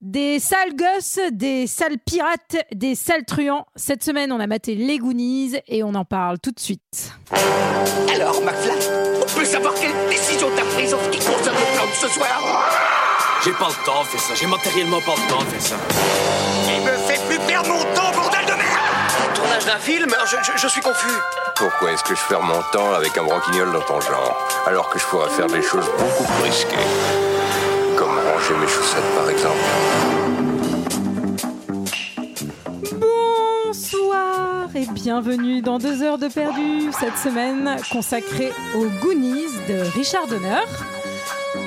Des sales gosses, des sales pirates, des sales truands. Cette semaine, on a maté les Goonies et on en parle tout de suite. Alors, McFly, on peut savoir quelle décision t'as prise en ce qui concerne le plan de ce soir J'ai pas le temps de faire ça, j'ai matériellement pas le temps de faire ça. Il me fait plus perdre mon temps, bordel de merde Tournage d'un film je, je- je suis confus. Pourquoi est-ce que je perds mon temps avec un broquignol dans ton genre, alors que je pourrais faire des choses beaucoup plus risquées Comme ranger mes chaussettes, par exemple. Bonsoir et bienvenue dans deux heures de perdu. Cette semaine consacrée aux Goonies de Richard Donner.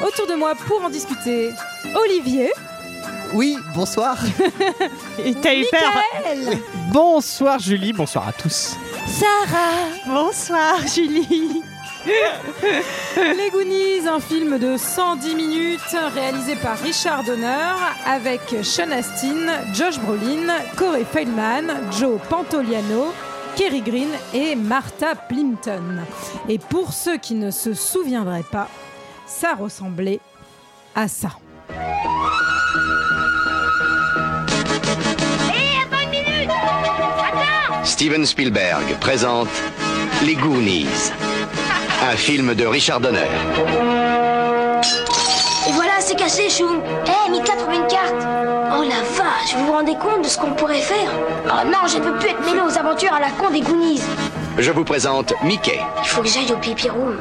Autour de moi pour en discuter, Olivier Oui, bonsoir. Et t'as eu peur Bonsoir Julie, bonsoir à tous. Bonsoir Julie Les Goonies, un film de 110 minutes réalisé par Richard Donner avec Sean Astin, Josh Brolin, Corey Feldman, Joe Pantoliano, Kerry Green et Martha Plimpton. Et pour ceux qui ne se souviendraient pas, ça ressemblait à ça. Steven Spielberg présente Les Goonies, un film de Richard Donner. Et voilà, c'est cassé, Chou. Eh, Mika, trouve une carte. Oh la vache, vous vous rendez compte de ce qu'on pourrait faire Oh non, je ne peux plus être mêlée aux aventures à la con des Goonies. Je vous présente Mickey, Il faut que j'aille au pipi room.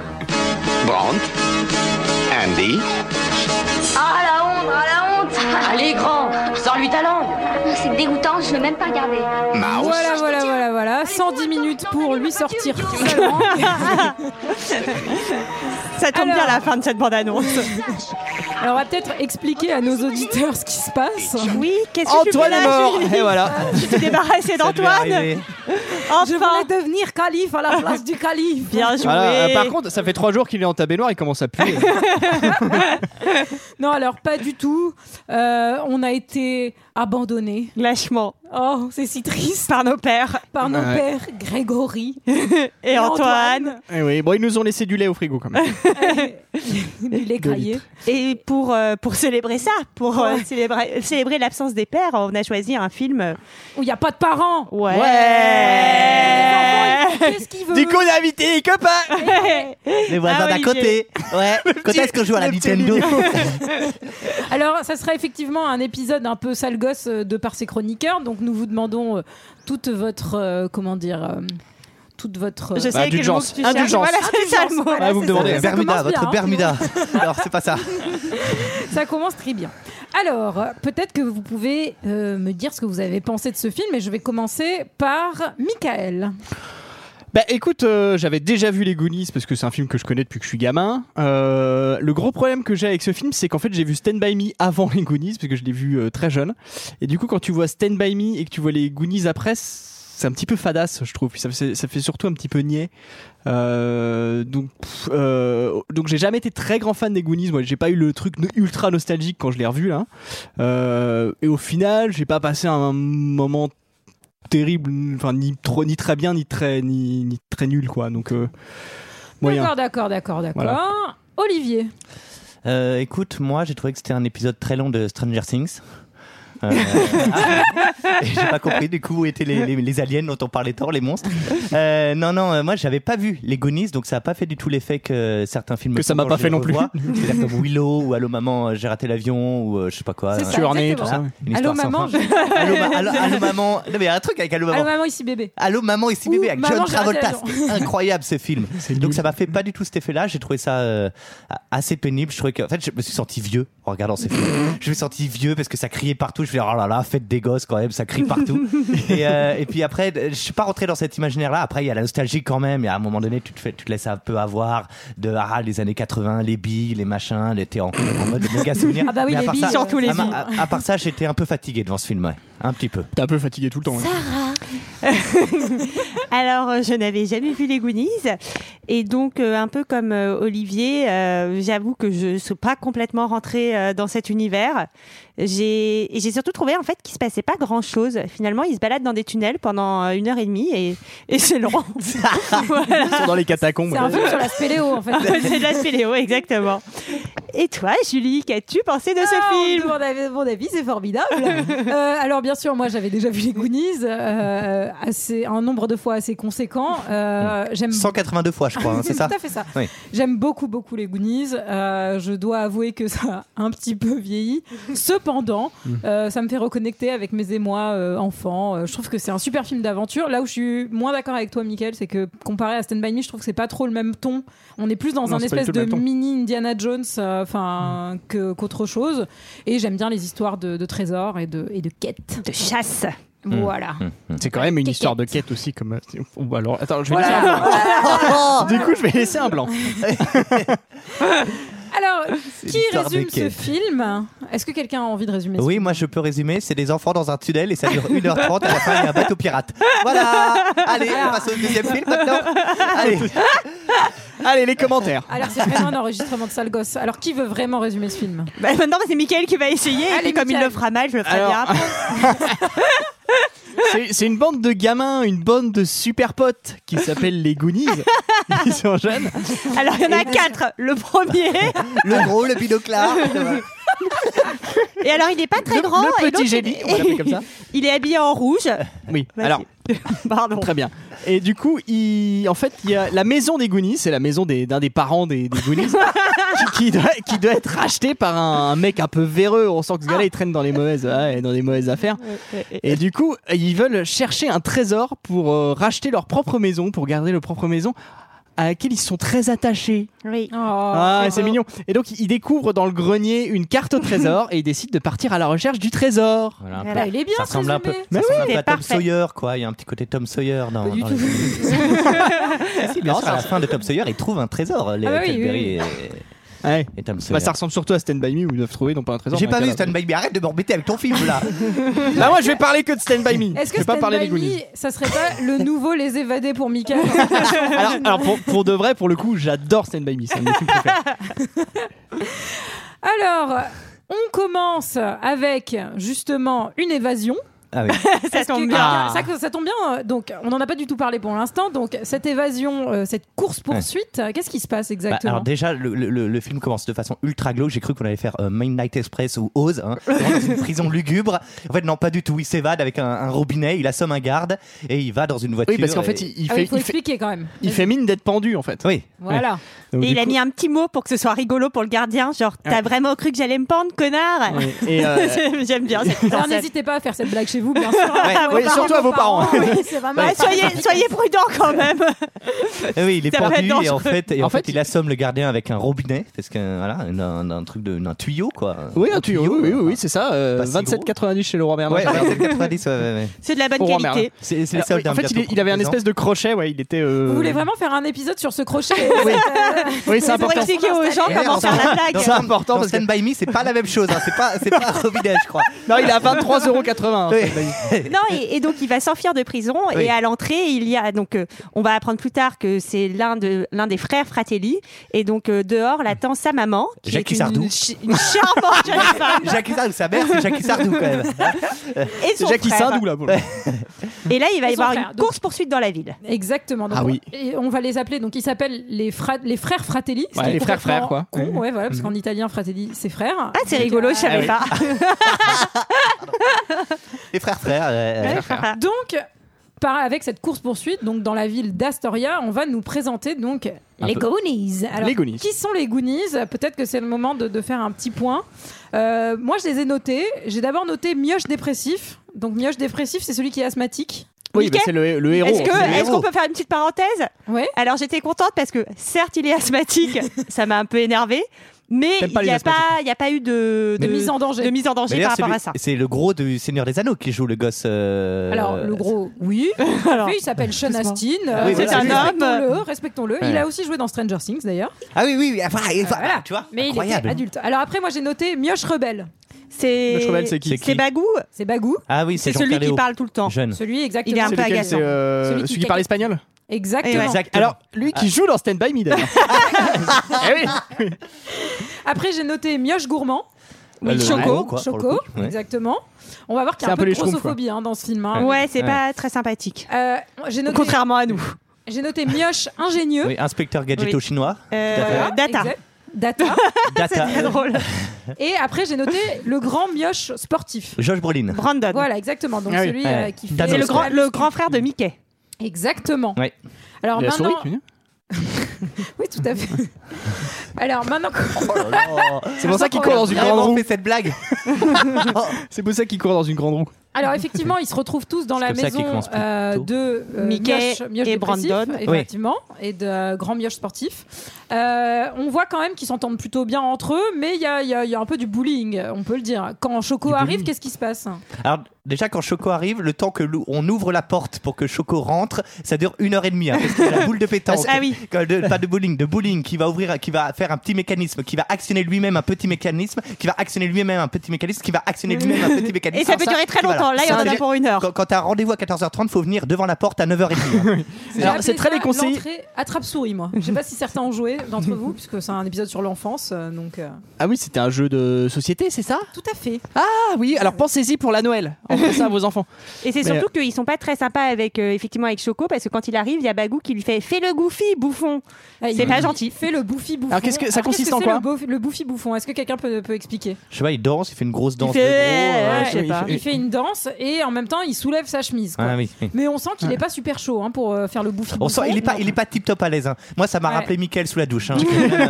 Brandt, Andy, Ah la honte, ah la honte Allez, grand, sors-lui ta langue C'est dégoûtant, je ne l'ai même pas regardé. Mouse. Voilà, voilà, voilà, voilà. 110 minutes pour lui sortir sa langue. Ça tombe Alors. bien la fin de cette bande-annonce. Alors, on va peut-être expliquer à nos auditeurs ce qui se passe. Oui, qu'est-ce que tu fais Antoine là, est mort. Julie Et voilà. Tu t'es débarrassée Ça devait d'Antoine arriver. Je Enfin voulais devenir calife à la place du calife. Bien joué Voilà, euh, par contre, ça fait trois jours qu'il est en ta baignoire, il commence à puer. Non, alors pas du tout. Euh, on a été abandonnés. Lâchement. Oh, c'est si triste. Par nos pères. Par nos Ouais. pères, Grégory Et, Antoine. Eh oui, bon, ils nous ont laissé du lait au frigo quand même. du lait graillé. Et pour, euh, pour célébrer ça, pour euh, Ouais. célébrer, célébrer l'absence des pères, on a choisi un film. euh, Où il n'y a pas de parents. Ouais. Les enfants, ils font Qu'est-ce qu'ils veulent Du coup, on a invité les copains Les voisins Ah oui, d'à côté. Ouais. Quand est-ce qu'on joue à la le petit Nintendo Alors, ça sera effectivement un épisode un peu sale gosse euh, de par ses chroniqueurs. Donc, nous vous demandons euh, toute votre. euh, comment dire euh, Toute votre. euh, Je sais Bah, quel mot indulgence. que tu cherches. Indulgence. Voilà, c'est ça le mot. Voilà, Ah, vous c'est me demandez. ça. Ça Bermuda, commence bien, votre hein. Bermuda. Alors, c'est pas ça. Ça commence très bien. Alors, euh, peut-être que vous pouvez euh, me dire ce que vous avez pensé de ce film, et je vais commencer par Michael. Bah écoute, euh, j'avais déjà vu Les Goonies parce que c'est un film que je connais depuis que je suis gamin. Euh, le gros problème que j'ai avec ce film, c'est qu'en fait j'ai vu Stand By Me avant Les Goonies parce que je l'ai vu euh, très jeune. Et du coup, quand tu vois Stand By Me et que tu vois Les Goonies après, c'est un petit peu fadasse, je trouve. Puis Ça, fait- ça fait surtout un petit peu niais. Euh, donc, pff, euh, donc j'ai jamais été très grand fan des Goonies. Moi, j'ai pas eu le truc no- ultra nostalgique quand je l'ai revu là. Euh, et au final, j'ai pas passé un moment terrible, enfin ni trop, ni très bien, ni très, ni, ni très nul quoi. Donc euh, moyen. D'accord, d'accord, d'accord, d'accord. Olivier. Euh, écoute, moi, j'ai trouvé que c'était un épisode très long de Stranger Things. Euh, et j'ai pas compris du coup où étaient les, les- les aliens dont on parlait tant, les monstres. Euh, non, non, euh, moi j'avais pas vu les Goonies, donc ça a pas fait du tout l'effet que certains films Que me ça font m'a quand pas je fait les non plus. revois. C'est-à-dire comme Willow ou Allô maman, euh, j'ai raté l'avion ou euh, je sais pas quoi. C'est ça. Tu orné, tout exactement. ça. ouais. Une Allô histoire sans maman, fin. je... Allô, ma- allô- allô, maman. Non, mais il y a un truc avec Allô maman. Allô maman, ici bébé. Allô maman Ah, ici Ouh, bébé avec maman, John j'ai Travolta, raté c'était incroyable ce film. nul. Donc ça m'a fait pas du tout cet effet-là, j'ai trouvé ça euh, a- assez pénible, je trouvais que en fait je me suis senti vieux en regardant ces films. je me suis senti vieux parce que ça criait partout, je me suis dit, oh là là, faites des gosses quand même, ça crie partout. et, euh, et puis après je suis pas rentré dans cet imaginaire là, après il y a la nostalgie quand même, et à un moment donné tu te fais tu te laisses un peu avoir de ah, les années 80, les billes, les machins, les t'es en, en mode méga souvenir. Ah bah oui, Mais à les part billes, ça- surtout les à ma- billes. à- à part ça, j'étais un peu fatigué devant ce film, ouais. un petit peu. hein. T'es un peu fatigué tout le temps. ouais. Alors, euh, je n'avais jamais vu les Goonies. Et donc, euh, un peu comme euh, Olivier, euh, j'avoue que je ne suis pas complètement rentrée euh, dans cet univers. J'ai et j'ai surtout trouvé en fait qu'il se passait pas grand chose. Finalement, ils se baladent dans des tunnels pendant euh, une heure et demie et, et c'est long. Voilà. Ils sont dans les catacombes. C'est un film sur la spéléo en fait. Ah ouais, c'est de la spéléo, exactement. Et toi, Julie, qu'as-tu pensé de ce Ah, on me film demande avis- Mon avis, c'est formidable. Euh, alors, bien sûr, moi, j'avais déjà vu les Goonies, euh, assez, un nombre de fois assez conséquent. Euh, J'aime 182 fois, je crois, hein, c'est ça tout à fait ça. Oui. J'aime beaucoup, beaucoup les Goonies. Euh, je dois avouer que ça a un petit peu vieilli. Cependant, Mhm. euh, ça me fait reconnecter avec mes émois euh, enfants. Euh, je trouve que c'est un super film d'aventure. Là où je suis moins d'accord avec toi, Michael, c'est que comparé à Stand By Me, je trouve que c'est pas trop le même ton. On est plus dans Non, un c'est pas du espèce tout le de même ton. mini Indiana Jones, euh, Mhm. enfin, que- qu'autre chose. Et j'aime bien les histoires de, de trésors et de, et de quêtes. De chasse. Mhm. Voilà. C'est quand même une histoire de quête aussi. Comme... euh, Ou alors, attends, je vais laisser un blanc. Du coup, je vais laisser un blanc. Alors, qui l'histoire de résume ce quêtes. film Est-ce que quelqu'un a envie de résumer ce Oui, moi je peux résumer, c'est des enfants dans un tunnel et ça dure 1h30 à la fin il y a un bateau pirate. Voilà Allez, on passe au deuxième film maintenant Allez Allez, les commentaires. Alors c'est vraiment un enregistrement de sale gosse. Alors qui veut vraiment résumer ce film Bah, maintenant, c'est Mickaël qui va essayer. et Allez, puis, comme il Mickaël. le fera mal, je le ferai Alors- bien après. C'est- C'est une bande de gamins, une bande de super potes qui s'appelle les Goonies. Ils sont jeunes. Alors, il y en a quatre. Le premier. Le gros, le binoclard Et alors, il n'est pas très Le- grand. le et l'autre, petit il- génie, on l'appelle comme ça. Il est habillé en rouge. Oui, Vas-y. alors, Pardon. Très bien. Et du coup, il- en fait, il y a la maison des Goonies, c'est la maison des- d'un des parents des, des Goonies, qui, qui doit, qui doit être rachetée par un, un mec un peu véreux. On sent que ce gars-là, il traîne dans les mauvaises, ouais, dans les mauvaises affaires. Et du coup, ils veulent chercher un trésor pour euh, racheter leur propre maison, pour garder leur propre maison, à laquelle ils sont très attachés. Oui. Oh, ah, c'est mignon. Et donc, ils découvrent dans le grenier une carte au trésor et ils décident de partir à la recherche du trésor. voilà, peu. Voilà, il est bien Ça ressemble un peu, ça Mais ressemble un oui, peu à Tom parfait. Sawyer, quoi. Il y a un petit côté Tom Sawyer dans, du dans tout. les- Si, bien sûr, à la fin de Tom Sawyer, ils trouvent un trésor, les Ah bah oui, Cadbury oui, Ouais. Et, et Tom Sawyer. Bah, ça ressemble surtout à Stand By Me où ils doivent trouver non pas un trésor. J'ai mais pas un vu cadavre. Bah, Stan Baby, arrête de m'embêter avec ton film là Bah moi je vais parler que de Stand By Me. Est-ce je que vais pas Stand parler des By Goonies. Me, ça serait pas le nouveau Les Évadés pour Mika Alors, alors, pour, pour de vrai, pour le coup, j'adore Stand By Me. C'est un de mes films préférés. Alors, on commence avec justement une évasion. Ah oui. Ça Est-ce que tombe bien. quelqu'un- Ah. Ça, ça tombe bien. euh, Donc, on n'en a pas du tout parlé pour l'instant. Donc, cette évasion, euh, cette course poursuite, euh, qu'est-ce qui se passe Bah, exactement alors déjà, le, le- le- le film commence de façon ultra glauque. J'ai cru qu'on allait faire euh, Midnight Express ou Oz, hein, dans une prison lugubre. En fait, non, pas du tout. Il s'évade avec un, un robinet, il assomme un garde et il va dans une voiture. Oui, parce qu'en et- fait, il, il Ah fait, oui, il faut il fait, expliquer quand même. il fait mine d'être pendu en fait. oui. Voilà. Donc, Et du il a coup- mis un petit mot pour que ce soit rigolo pour le gardien. Genre, t'as vraiment cru que j'allais me pendre, connard Ouais. Et, euh, J'aime bien cette Alors, pensée. n'hésitez pas à faire cette blague chez vous, bien sûr. Ouais, Vos oui, parents, surtout à vos parents. Oui, c'est vraiment- Ah, soyez, soyez prudents quand même. Eh oui, il est Ça va être pendu et dangereux. en fait, et en En fait, fait, il assomme le gardien avec un robinet, parce que voilà, un, un- un truc de, un tuyau quoi. oui, un tuyau. Oui, oui, oui, oui, c'est ça. euh, Pas si gros. 27,90 chez le roi Bernard. Ouais, ouais, 90, ouais, ouais, ouais. C'est de la bonne Au roi Merlin. qualité. C'est c'est les Alors, seuls oui, en fait, il, il avait un espèce de crochet. Ouais, il était. euh, Vous voulez vraiment faire un épisode sur ce crochet Oui, c'est Pour important. expliquer aux gens comment faire la blague. C'est important Dans parce que. Stand By Me, c'est pas la même chose. hein. C'est pas, c'est pas un robinet, je crois. Non, il est à 23,80€. Oui. Stand By Me. Non, et, et donc il va s'enfuir de prison Oui. et à l'entrée il y a donc euh, on va apprendre plus tard que c'est l'un de l'un des frères Fratelli et donc euh, dehors l'attend sa maman qui Jackie est une, Sardou. une ch- une charmante jeune femme Jacques Sardou, sa mère, c'est Jacques Sardou quand même. et son C'est Jackie frère. Sardou là. pour le coup. Et là il va Et y son avoir frère, une donc. course poursuite dans la ville. Exactement. Donc, Ah oui. on, et on va les appeler. Donc, ils s'appellent les, fra- les frères Fratelli. ce Ouais, qui est les frères complètement frères, quoi. Mhm. Con, ouais, voilà, parce qu'en italien, Fratelli, c'est frère. Ah c'est rigolo, je savais pas. Les frères, frères. euh, Ah Donc, par, avec cette course-poursuite, donc dans la ville d'Astoria, on va nous présenter donc Un les peu. Goonies. Alors, Les Goonies. Qui sont les Goonies Peut-être que c'est le moment de, de faire un petit point. Euh, moi, je les ai notés. J'ai d'abord noté Mioche dépressif. Donc, Mioche dépressif, c'est celui qui est asthmatique. Oui, Nickel. bah, c'est le, le héros. Est-ce que C'est le est-ce héros. qu'on peut faire une petite parenthèse Ouais. Alors j'étais contente parce que certes il est asthmatique, ça m'a un peu énervée, mais T'aimes il pas n'y les a pas il y a pas eu de, De mise en danger. de mise en Mais danger par d'ailleurs, c'est rapport lui- à ça. C'est le gros du Seigneur des Anneaux qui joue le gosse. euh, Alors, le gros, oui. Alors. Lui, il s'appelle Sean Doucement. Astin. oui, Euh, c'est un Respectons-le. respectons-le. Il Ouais. a aussi joué dans Stranger Things, d'ailleurs. Euh, Ah oui, oui, oui, enfin, et enfin, Voilà. tu vois, Mais il incroyable. était adulte. Alors après, moi, j'ai noté Mioche Rebelle. C'est Le cheval, c'est qui C'est Bagou. C'est Bagou, Ah oui, C'est c'est celui qui Jean-Pierre parle tout le temps. Jeune. celui exactement. Il est un C'est peu lequel agaçant. C'est, euh, Celui qui celui qui parle caca- espagnol Exactement. Exactement. Alors, lui qui joue dans Stand By Me d'ailleurs. Eh oui. Après, j'ai noté Mioche Gourmand. Bah, le Choco, gros, quoi, pour le Choco, coup. Ouais. exactement. On va voir qu'il y a C'est un un peu peu de les Schtroumpfs, grossophobie hein, dans ce film. hein. Ouais, c'est Ah. Ouais. pas très sympathique. Euh, j'ai noté, Contrairement à nous. j'ai noté Mioche ingénieux. Oui, inspecteur gadgeto Oui. chinois. Euh, Voilà, data. exact. Data. Data. Très drôle. Et après, j'ai noté le grand Mioche sportif. Josh Brolin. Brandon. Voilà, exactement. Donc Ah oui. celui Ouais. euh, qui fait Thanos, C'est le grand, ouais. le grand frère de Mickey. Exactement. Ouais. Alors Il y a la souris, maintenant, tu veux dire oui, tout à fait. Alors maintenant, Oh C'est pour ça qu'il court dans une Il a grande vraiment roue. fait cette blague. C'est pour ça qu'il court dans une grande roue. alors effectivement, ils se retrouvent tous dans la comme ça qu'ils maison commencent plus euh, tôt. de euh, Mickey Mioche, Mioche et dépressif, Brandon. effectivement, et de euh, grand Mioche sportif. Euh, on voit quand même qu'ils s'entendent plutôt bien entre eux, mais il y a, il y a- il y a un peu du bullying, on peut le dire. Quand Choco Du arrive, bullying. qu'est-ce qui se passe Alors déjà quand Choco arrive, le temps que l'ou- on ouvre la porte pour que Choco rentre, ça dure une heure et demie. hein, parce qu'il y a la boule de pétanque. Ah oui. Que de- pas de bowling, de bowling qui va ouvrir, qui va faire un petit mécanisme, qui va actionner lui-même un petit mécanisme, qui va actionner lui-même un petit mécanisme, qui va actionner lui-même un petit mécanisme. Et ça peut Alors durer très voilà. longtemps. Là, il y Ça, en a déjà- pour une heure. Quand, quand t'as un rendez-vous à 14h30, faut venir devant la porte à 9h30. J'ai Alors, appelé c'est très ça déconseillé. l'entrée Attrape-souris, moi. Je sais pas si certains ont joué d'entre vous, puisque c'est un épisode sur l'enfance, euh, donc... euh, Ah oui, c'était un jeu de société, c'est ça Tout à fait. Ah oui, alors pensez-y pour la Noël. On fait ça à vos enfants. Et c'est Mais- surtout qu'ils sont pas très sympas avec euh, effectivement avec Choco parce que quand il arrive, il y a Bagou qui lui fait fais le goofy bouffon. Ah, il- C'est pas gentil. il Fait le bouffi bouffon. Alors, qu'est-ce que- ça Alors, qu'est-ce consiste que en c'est quoi le, beau- le bouffi bouffon. Est-ce que quelqu'un peut, peut expliquer je sais pas, il danse, il fait une grosse danse. Il fait- de gros, Ouais, euh, je sais oui, pas. il Il fait une danse et en même temps il soulève sa chemise. quoi. Ah oui, oui. Mais on sent qu'il est pas super chaud hein, pour euh, faire le bouffi On bouffon. sent, il est pas, il est pas tip top à l'aise. hein. Moi, ça m'a Ouais. rappelé Mickaël sous la douche. hein. Euh,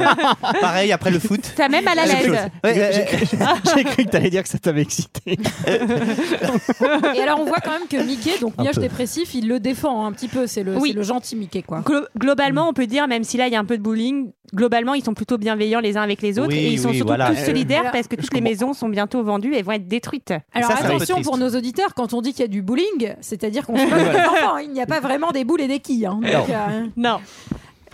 Pareil après le foot. Ça même à la Quelque l'aise. chose. Ouais, euh, ouais, ouais. J'ai cru que t'allais dire que ça t'avait excité. Et alors on voit quand même que Mickey, donc Un Mioche peu. dépressif, il le défend un petit peu. C'est le, Oui. c'est le gentil Mickey quoi. Glo- globalement, on peut dire, même si là il y a un peu de bullying, globalement ils sont plutôt bienveillants les uns avec les autres Oui, et ils sont oui, surtout voilà. tous solidaires Euh, parce que toutes les maisons sont bientôt vendues et vont être détruites. Alors ça, c'est un peu attention triste. pour nos auditeurs, quand on dit qu'il y a du bowling, c'est-à-dire qu'on se moque des enfants, hein. il n'y a pas vraiment des boules et des quilles. hein. Donc, euh, Non.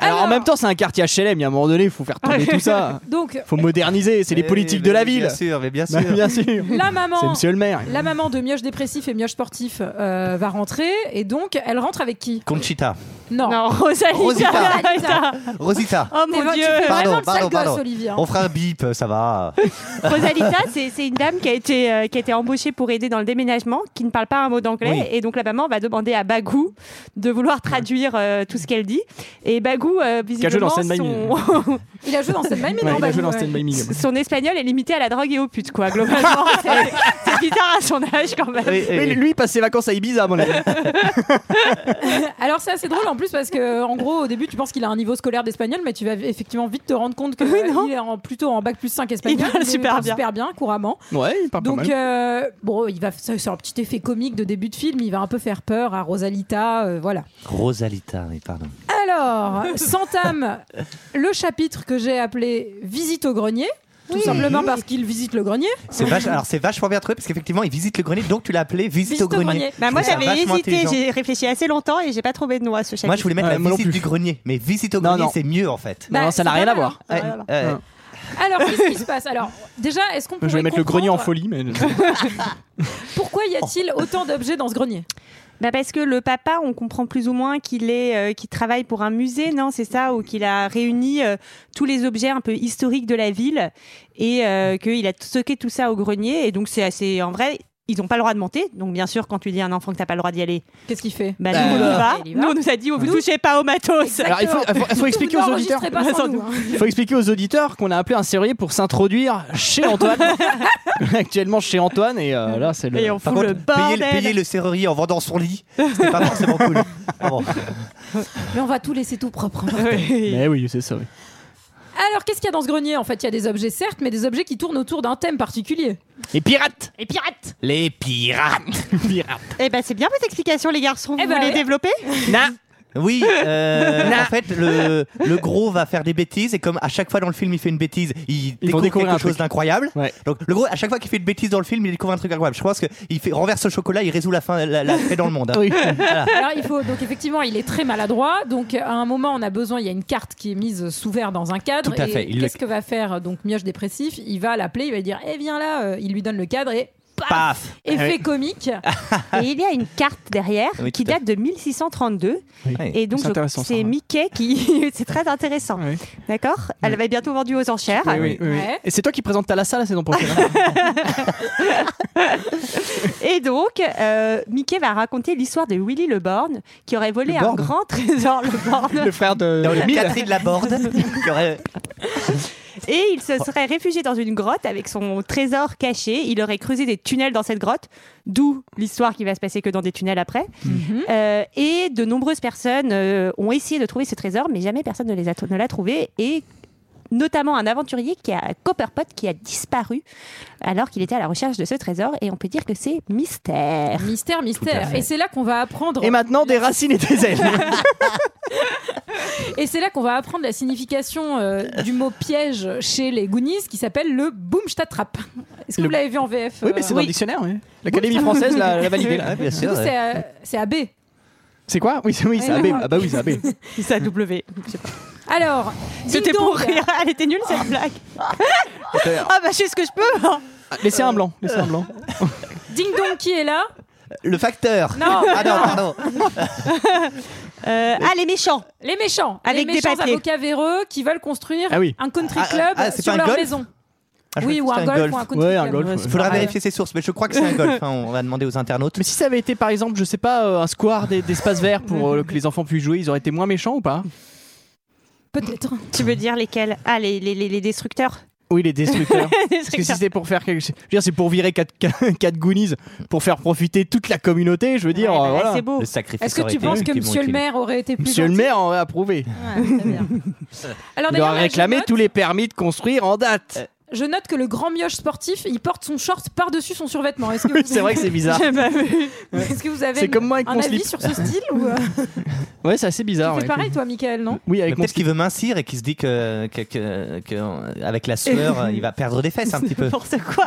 Alors, en Alors- même temps, c'est un quartier HLM. Il y a un moment donné, il faut faire tourner tout ça. donc, Faut moderniser. C'est les Eh, politiques mais de la ville. Bien sûr, mais bien sûr. Bah, Bien sûr. la C'est maman. monsieur le maire. La maman de Mioche dépressif et Mioche sportif euh, va rentrer et donc elle rentre avec qui Conchita. Non. Non, Rosalie. Rosita. Rosalie. Rosita. Oh T'es mon vrai- dieu. Tu fais Pardon, vraiment le sale pardon, gosse, pardon. Olivier. hein. On fera un bip, ça va. Rosalita, c'est c'est une dame qui a, été, euh, qui a été embauchée pour aider dans le déménagement, qui ne parle pas un mot d'anglais. Et donc la maman va demander à Bagou de vouloir traduire euh, tout ce qu'elle dit. Et Bagou, euh, joué dans visiblement, Stand By son... Il a joué dans cette même Ouais, non, il a bah, joué dans ouais. Stand By Me. gamin. son espagnol est limité à la drogue et aux putes, quoi. Globalement, c'est c'est bizarre à son âge quand même. Mais lui, il passe ses vacances à Ibiza, à mon avis. Alors c'est assez drôle en plus parce que euh, en gros au début tu penses qu'il a un niveau scolaire d'espagnol mais tu vas effectivement vite te rendre compte que euh, non. il est en- plutôt en bac plus 5 espagnol. parle mais super bien. super bien couramment. Ouais, il parle Ah, pas Donc mal. euh, bon il va c'est un petit effet comique de début de film il va un peu faire peur à Rosalita euh, voilà. Rosalita, oui, pardon. Alors s'entame le chapitre que j'ai appelé visite au grenier tout simplement parce qu'il visite le grenier. C'est vache- Alors c'est vachement bien trouvé parce qu'effectivement il visite le grenier, donc tu l'as appelé visite, Visite au grenier. Bah, moi Je trouve ça j'avais vachement hésité, intelligent. j'ai réfléchi assez longtemps et j'ai pas trouvé de nom à ce chapitre. Moi je voulais mettre Ouais, la moi non visite plus. du grenier, mais visite au Non, grenier non. c'est mieux en fait. Non, Bah, ça n'a c'est rien pas à mal, voir. Ouais, ouais. Non. Alors, qu'est-ce qui se passe Alors, déjà, est-ce qu'on peut. Je vais mettre le grenier en Oh. folie, mais Pourquoi y a-t-il autant d'objets dans ce grenier Bah parce que le papa, on comprend plus ou moins qu'il est, euh, qu'il travaille pour un musée, non C'est ça, ou qu'il a réuni euh, tous les objets un peu historiques de la ville et euh, qu'il a stocké tout ça au grenier. Et donc c'est assez, en vrai, ils n'ont pas le droit de monter. Donc bien sûr, quand tu dis à un enfant que t'as pas le droit d'y aller, Qu'est-ce qu'il fait bah nous Euh, on y va. il y va. Nous on nous a dit, vous touchez pas au matos. Exactement. Alors, il faut, il faut- il faut expliquer aux N'enregistrez auditeurs. pas sans nous, hein. Il faut expliquer aux auditeurs qu'on a appelé un serrurier pour s'introduire chez Antoine. Actuellement chez Antoine et euh, là c'est le. Et on Par fout contre, Oh, le payer, bordel. le- payer le serrurier en vendant son lit, c'est pas forcément cool. Ah bon. Mais on va tout laisser tout propre. hein. Mais oui, c'est ça. oui. Alors, qu'est-ce qu'il y a dans ce grenier En fait, il y a des objets, certes, mais des objets qui tournent autour d'un thème particulier. Les pirates. Et pirates Les pirates. Pirates. Eh ben c'est bien votre explication, les garçons. Vous Eh ben voulez ouais. développer Na. Oui, euh, en fait, le, le gros va faire des bêtises et comme à chaque fois dans le film il fait une bêtise, il Ils vont découvre découvrir un quelque chose truc. d'incroyable. Ouais. Donc le gros, à chaque fois qu'il fait une bêtise dans le film, il découvre un truc incroyable. Je pense qu'il fait renverse le chocolat, il résout la fin, la, la paix dans le monde. hein. Oui. Voilà. Alors, il faut donc effectivement, il est très maladroit. Donc à un moment, on a besoin. Il y a une carte qui est mise sous verre dans un cadre. Tout à fait. Et Il qu'est-ce le- que va faire donc Mioche dépressif Il va l'appeler. Il va lui dire "Eh viens là." euh, Il lui donne le cadre et paf, Paf. Ah effet comique. Et il y a une carte derrière Oui, qui tout à date de 1632. Ouais. Et donc, C'est je- intéressant, ça, c'est hein. Mickey qui. c'est très intéressant. Oui. D'accord Elle va être bientôt vendue aux enchères. Oui, oui, oui, oui. Ouais. Et c'est toi qui présente ta la salle la saison prochaine. hein Et donc, euh, Mickey va raconter l'histoire de Willy le Borgne qui aurait volé Le un Borgne grand trésor, le Borgne, le frère de Dans la Mille. Catherine Laborde, qui aurait- et il se serait réfugié dans une grotte avec son trésor caché. Il aurait creusé des tunnels dans cette grotte, d'où l'histoire qui va se passer que dans des tunnels après. Euh, et de nombreuses personnes euh, ont essayé de trouver ce trésor, mais jamais personne ne les a- ne l'a trouvé. Et notamment un aventurier qui a Copperpot qui a disparu alors qu'il était à la recherche de ce trésor. Et on peut dire que c'est mystère. Mystère, mystère. Et c'est là qu'on va apprendre. Et maintenant des racines et des ailes. Et c'est là qu'on va apprendre la signification euh, du mot piège chez les Goonies qui s'appelle le boom je t'attrape. Est-ce que Le- vous l'avez vu en VF oui, euh, mais c'est dans le dictionnaire. oui. L'Académie française l'a l'a validé. là. Ouais, bien Du sûr. coup, c'est, euh, c'est AB. C'est quoi Oui, c'est oui, c'est AB. Ah bah oui, c'est AB. C'est à W. Alors, C'était ding dong. pour rire. Elle était nulle cette blague. Ah bah je sais ce que je peux. hein. Laissez un blanc. Laissez un blanc. Ding dong qui est là Le facteur. Non. Ah non, pardon. Euh, ah les méchants. Les méchants, Avec les des méchants papiers. avocats véreux qui veulent construire Ah oui. un country Ah, ah, club ah, c'est sur pas un leur golf maison. Ah, je oui, pensais ou que un c'était golf, ou un country Ouais, un club. golf, ouais. Il faudra Ah, ouais. vérifier ses sources, mais je crois que c'est un golf. hein. On va demander aux internautes. Mais si ça avait été par exemple, je sais pas, euh, un square des- d'espace vert pour euh, que les enfants puissent jouer, ils auraient été moins méchants ou pas Peut-être. Tu veux dire lesquels Ah les, les, les, les destructeurs. Oui, les destructeurs. Parce que si Destructeurs. c'était pour faire quelque chose, je veux dire, c'est pour virer 4 Goonies, pour faire profiter toute la communauté, je veux dire, Ouais, bah euh, là, voilà. C'est beau. Le sacrifice. Est-ce que aurait tu été penses eux que qui m'ont monsieur le tué. maire aurait été plus Monsieur le gentil maire aurait approuvé. Ouais, très bien. Alors, Il d'ailleurs, aurait là, je réclamé note- tous les permis de construire en date. Je note que le grand mioche sportif, il porte son short par-dessus son survêtement. Est-ce que vous, c'est vrai que c'est bizarre. J'ai pas vu. Est-ce que vous avez C'est comme moi avec un mon avis slip. sur ce style ou Ah, euh, Ouais, c'est assez Tu bizarre. fais ouais. pareil, toi, Michael, non Oui, Mais avec mon Peut-être qu'il veut mincir et qu'il se dit que, que- que- que- avec la sueur, il va perdre des fesses un petit peu. N'importe quoi.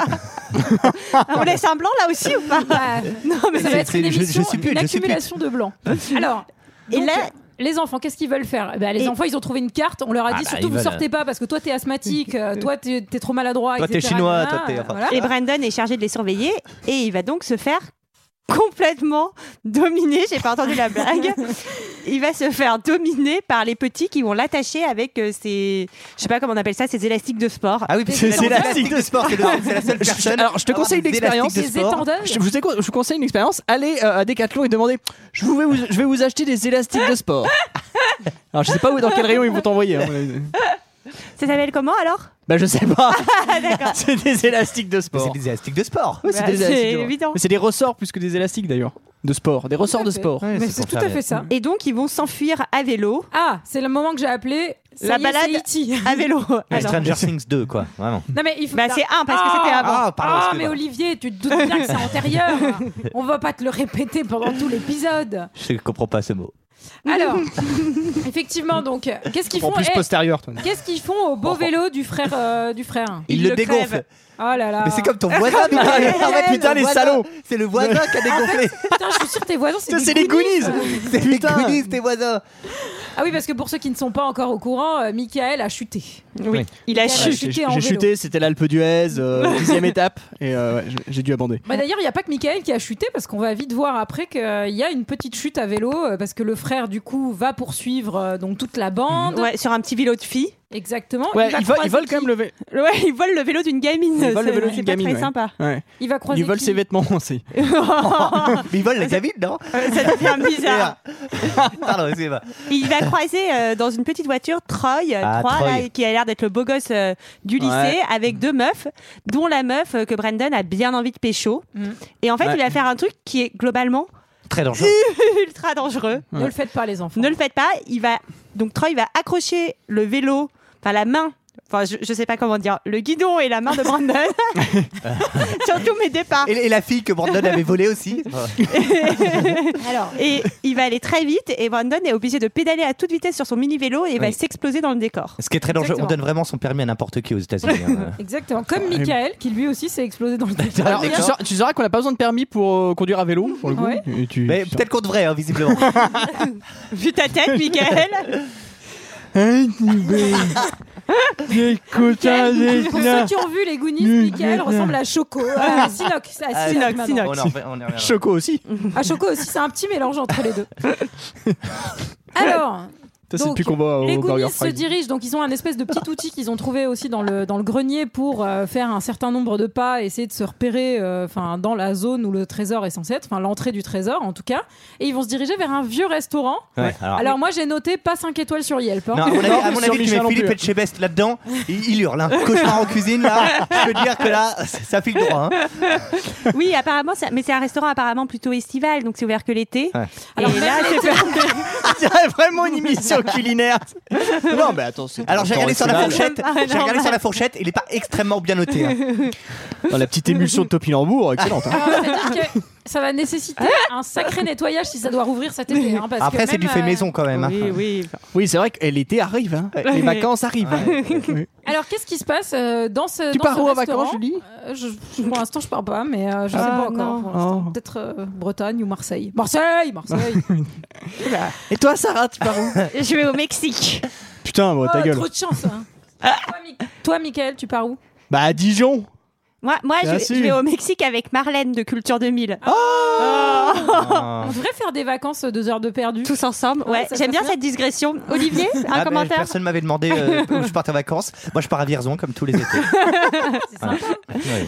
On laisse un blanc là aussi ou pas Non Bah, mais Ça va être Ah. c'est- une je- je émission, suppute, une je suppute. accumulation de blancs. Alors, Et donc, euh, là- les enfants, qu'est-ce qu'ils veulent faire Eh ben, Les Et- enfants, ils ont trouvé une carte. On leur a Ah dit bah, surtout, ils vous veulent- sortez pas parce que toi, t'es asthmatique, euh, toi, t'es t'es trop maladroit. Toi, t'es etc., chinois, nanana, toi, t'es- euh, enfin, voilà. Et Brandon est chargé de les surveiller et il va donc se faire complètement dominer. J'ai pas entendu la blague. Il va se faire dominer par les petits qui vont l'attacher avec euh, ses, je sais pas comment on appelle ça, ses élastiques de sport. Ah oui, C'est- c'est l'élastique de sport. C'est le- c'est la seule personne. alors, je te à avoir conseille des une expérience. élastiques de Des sport. étendards. Je vous, ai- je vous conseille une expérience. Allez euh, à Decathlon et demandez je, vous vais vous, je vais vous acheter des élastiques de sport. Alors, je sais pas où dans quel rayon ils vont t'envoyer. hein. Ça s'appelle comment alors Bah, je sais pas. Ah d'accord. c'est des élastiques de Mais sport. C'est des élastiques de sport. Ouais, c'est Bah, des c'est élastiques, ouais. évident. Mais c'est des ressorts plus que des élastiques d'ailleurs. De sport, des ressorts de fait. sport. Ouais, Mais c'est c'est pour tout faire à fait les- ça. Et donc ils vont s'enfuir à vélo. Ah, c'est le moment que j'ai appelé ça La y est, c'est balade. E.T.. À vélo. Ouais, Alors. Stranger Things 2, quoi. Vraiment. Non, mais il faut. Bah c'est un parce que c'était avant. Ah, pardon, Ah, excuse-moi. mais Olivier, tu te doutes bien que c'est antérieur. On va pas te le répéter pendant tout l'épisode. Je comprends pas ce mot. Alors, effectivement, donc, qu'est-ce qu'ils En font plus Eh, postérieur, toi. Qu'est-ce qu'ils font au beau vélo du frère euh, du frère Il, le dégonfle. crève. Oh là là. Mais c'est comme ton voisin. putain. Ah ouais, Putain, les le voisin. Ah, salauds. C'est le voisin qui a dégonflé. Putain, je suis sûre tes voisins c'est Ça, des c'est les Goonies. Goonies. C'est les Goonies, tes voisins. Ah oui, parce que pour ceux qui ne sont pas encore au courant, euh, Michael a chuté. Oui. Il a J'ai J'ai chuté. chuté en j'ai vélo. chuté, c'était l'Alpe d'Huez, euh, dixième étape, et euh, ouais, j'ai- j'ai dû abandonner. Bah, D'ailleurs, il n'y a pas que Michael qui a chuté, parce qu'on va vite voir après qu'il y a une petite chute à vélo, euh, parce que le frère, du coup, va poursuivre euh, donc toute la bande. Ouais, sur un petit vélo de fille. Exactement. Ouais, ils, vo- croiser ils volent qui quand même le vélo. Ouais, ils volent le vélo d'une gamine. Ils volent le C'est- vélo c'est d'une pas gamine, Très ouais. sympa. Ouais. Il va croiser. Ils volent qui ses vêtements aussi. Mais ils volent la gamine, non Ça devient bizarre. Pardon, excusez-moi. Il va croiser euh, dans une petite voiture Troy, euh, Ah, Troy, là, Troy. qui a l'air d'être le beau gosse euh, du lycée, Ouais. avec deux meufs, dont la meuf euh, que Brandon a bien envie de pécho. Mm. Et en fait, Ouais. il va faire un truc qui est globalement Très dangereux. ultra dangereux. Ne le faites pas, les enfants. Ne le faites pas. Il va donc Troy va accrocher le vélo, enfin la main Enfin, je, je sais pas comment dire. Le guidon et la main de Brandon. Surtout mes départs. Et, et la fille que Brandon avait volée aussi Alors, et il va aller très vite et Brandon est obligé de pédaler à toute vitesse sur son mini vélo et va Oui. s'exploser dans le décor. Ce qui est très dangereux. Exactement. On donne vraiment son permis à n'importe qui aux États-Unis. hein. Exactement, comme Michael qui lui aussi s'est explosé dans le décor. Alors, tu, sauras, tu sauras qu'on n'a pas besoin de permis pour euh, conduire à vélo, pour le coup. Ouais. Et tu- Mais peut-être qu'on devrait, hein, visiblement. Vu ta tête, Michael. Hein, des quotas, des- Pour ceux qui ont vu les Goonies, Michael ressemble à Choco. Ah. À Sinoc, à Sinoc, maintenant. on, en revient- on y revient. Ah Choco aussi. À Choco aussi, c'est un petit mélange entre les deux. Alors, Ça, c'est Donc, depuis qu'on va Oh, les au Burger Goonies se Fry. dirigent, donc ils ont un espèce de petit outil qu'ils ont trouvé aussi dans le, dans le grenier pour euh, faire un certain nombre de pas, essayer de se repérer euh, enfin dans la zone où le trésor est censé être, enfin l'entrée du trésor en tout cas. Et ils vont se diriger vers un vieux restaurant. Ouais, alors- Alors moi j'ai noté pas 5 étoiles sur Yelp. hein. Ah. Non, à mon avis, Non, à mon sur avis, tu Michelin mets non Philippe plus. Etchebest là-dedans, il, il hurle. Hein. Cauchemar en cuisine, là, je peux te dire que là, ça ça file droit. hein. Oui, apparemment, c'est- mais c'est un restaurant apparemment plutôt estival, donc c'est ouvert que l'été. Ouais. Alors, et même là, l'été- c'est On dirait vraiment une émission culinaire. non, mais attends, c'est. Alors j'ai regardé sur la Dans le fourchette, Ah, j'ai regardé normal. sur la fourchette, il est pas extrêmement bien noté. hein. festival. Dans la petite émulsion de Topinambour, excellente. hein. Alors, c'est-à-dire que ça va nécessiter un sacré nettoyage si ça doit rouvrir cet été. hein, parce que Après c'est même, du fait euh, maison quand même. hein. Oui, oui. Oui, c'est vrai que eh, l'été arrive. hein. Les vacances arrivent. hein. Oui. Alors qu'est-ce qui se passe euh, dans ce Tu dans pars ce où en restaurant vacances, Julie Euh, je, je- pour l'instant, je pars pas, mais euh, je sais Ah, pas encore. non. pour l'instant. Oh. Peut-être euh, Bretagne ou Marseille. Marseille, Marseille. Et toi, Sarah, tu pars où Je vais au Mexique. Putain, bah, ta Oh, gueule. trop de chance. hein. toi, Mi- toi, Mickaël, tu pars où Bah, à Dijon. Moi, moi Bien je, sûr. je vais au Mexique avec Marlène de Culture 2000. Ah, On devrait faire des vacances euh, deux heures de perdu. Tous ensemble. Ouais, Ouais, ça j'aime serait bien bien. cette digression. Olivier, un Ah, mais commentaire personne m'avait demandé euh, où je partais en vacances. Moi je pars à Vierzon comme tous les étés. C'est sympa.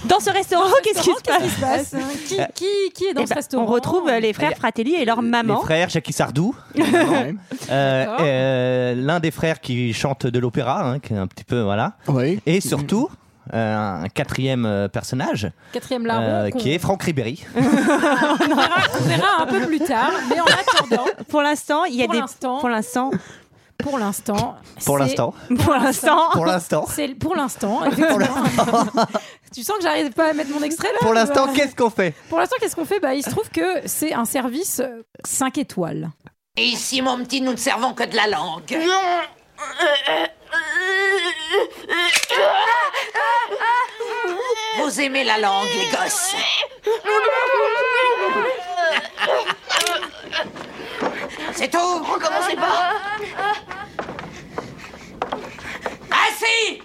Dans ce restaurant, qu'est-ce qui se passe Qu'est-ce qui se passe qui, qui, qui est dans Eh ce ben, restaurant On retrouve euh, les Et- frères Fratelli et leur maman. Les frères Jackie Sardou, Ouais. euh, D'accord. euh, l'un des frères qui chante de l'opéra, hein, qui est un petit peu voilà. Ouais. Et surtout euh, un quatrième euh, personnage Quatrième euh, larron. qu'on- qui est Franck Ribéry. on, verra, on verra un peu plus tard, mais en attendant, Pour l'instant, il y a Pour des. l'instant. Pour l'instant. pour l'instant. Pour c'est- l'instant. Pour l'instant. Pour l'instant. C'est pour l'instant. effectivement. tu sens que j'arrive pas à mettre mon extrait là Pour ou, l'instant, euh, qu'est-ce qu'on fait Pour l'instant, qu'est-ce qu'on fait bah, Il se trouve que c'est un service 5 étoiles. Et ici, mon petit, nous ne servons que de la langue. Vous aimez la langue, les gosses C'est tout Recommencez pas Assis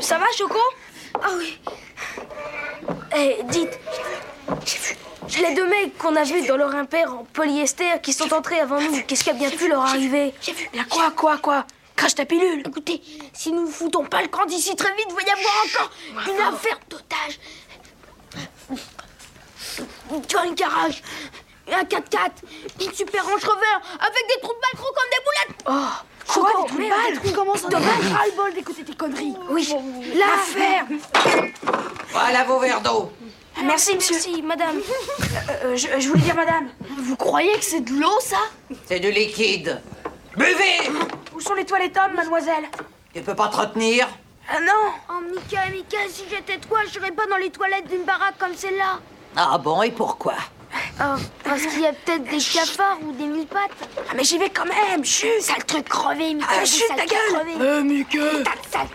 Ça va, Choco Ah oui. Eh, dites. Les deux mecs qu'on a vus dans leur impair en polyester qui sont entrés avant nous, qu'est-ce qui a bien pu leur arriver Là, quoi, quoi, quoi Crache ta pilule Écoutez, si nous ne foutons pas le camp d'ici très vite, il va y avoir encore une affaire d'otage. Tu as une garage, un 4x4, une super range rover avec des trous de balle gros comme des boulettes Oh Quoi, des trous de balle Comment ça Dommage, ras-le-bol d'écouter tes conneries Oui, l'affaire Voilà vos verres d'eau Merci, monsieur. Merci, madame. Euh, je, voulais dire madame. Vous croyez que c'est de l'eau, ça C'est du liquide Buvez Où sont les toilettes hommes, mademoiselle Tu peux pas te retenir Ah non Oh, Mika, Mika, si j'étais toi, je serais pas dans les toilettes d'une baraque comme celle-là. Ah bon, et pourquoi Oh, parce qu'il y a peut-être des cafards ou des mille pattes. Ah, mais j'y vais quand même, chut Sale truc crevé, Mika. Ah, chut, ta gueule Eh, Mika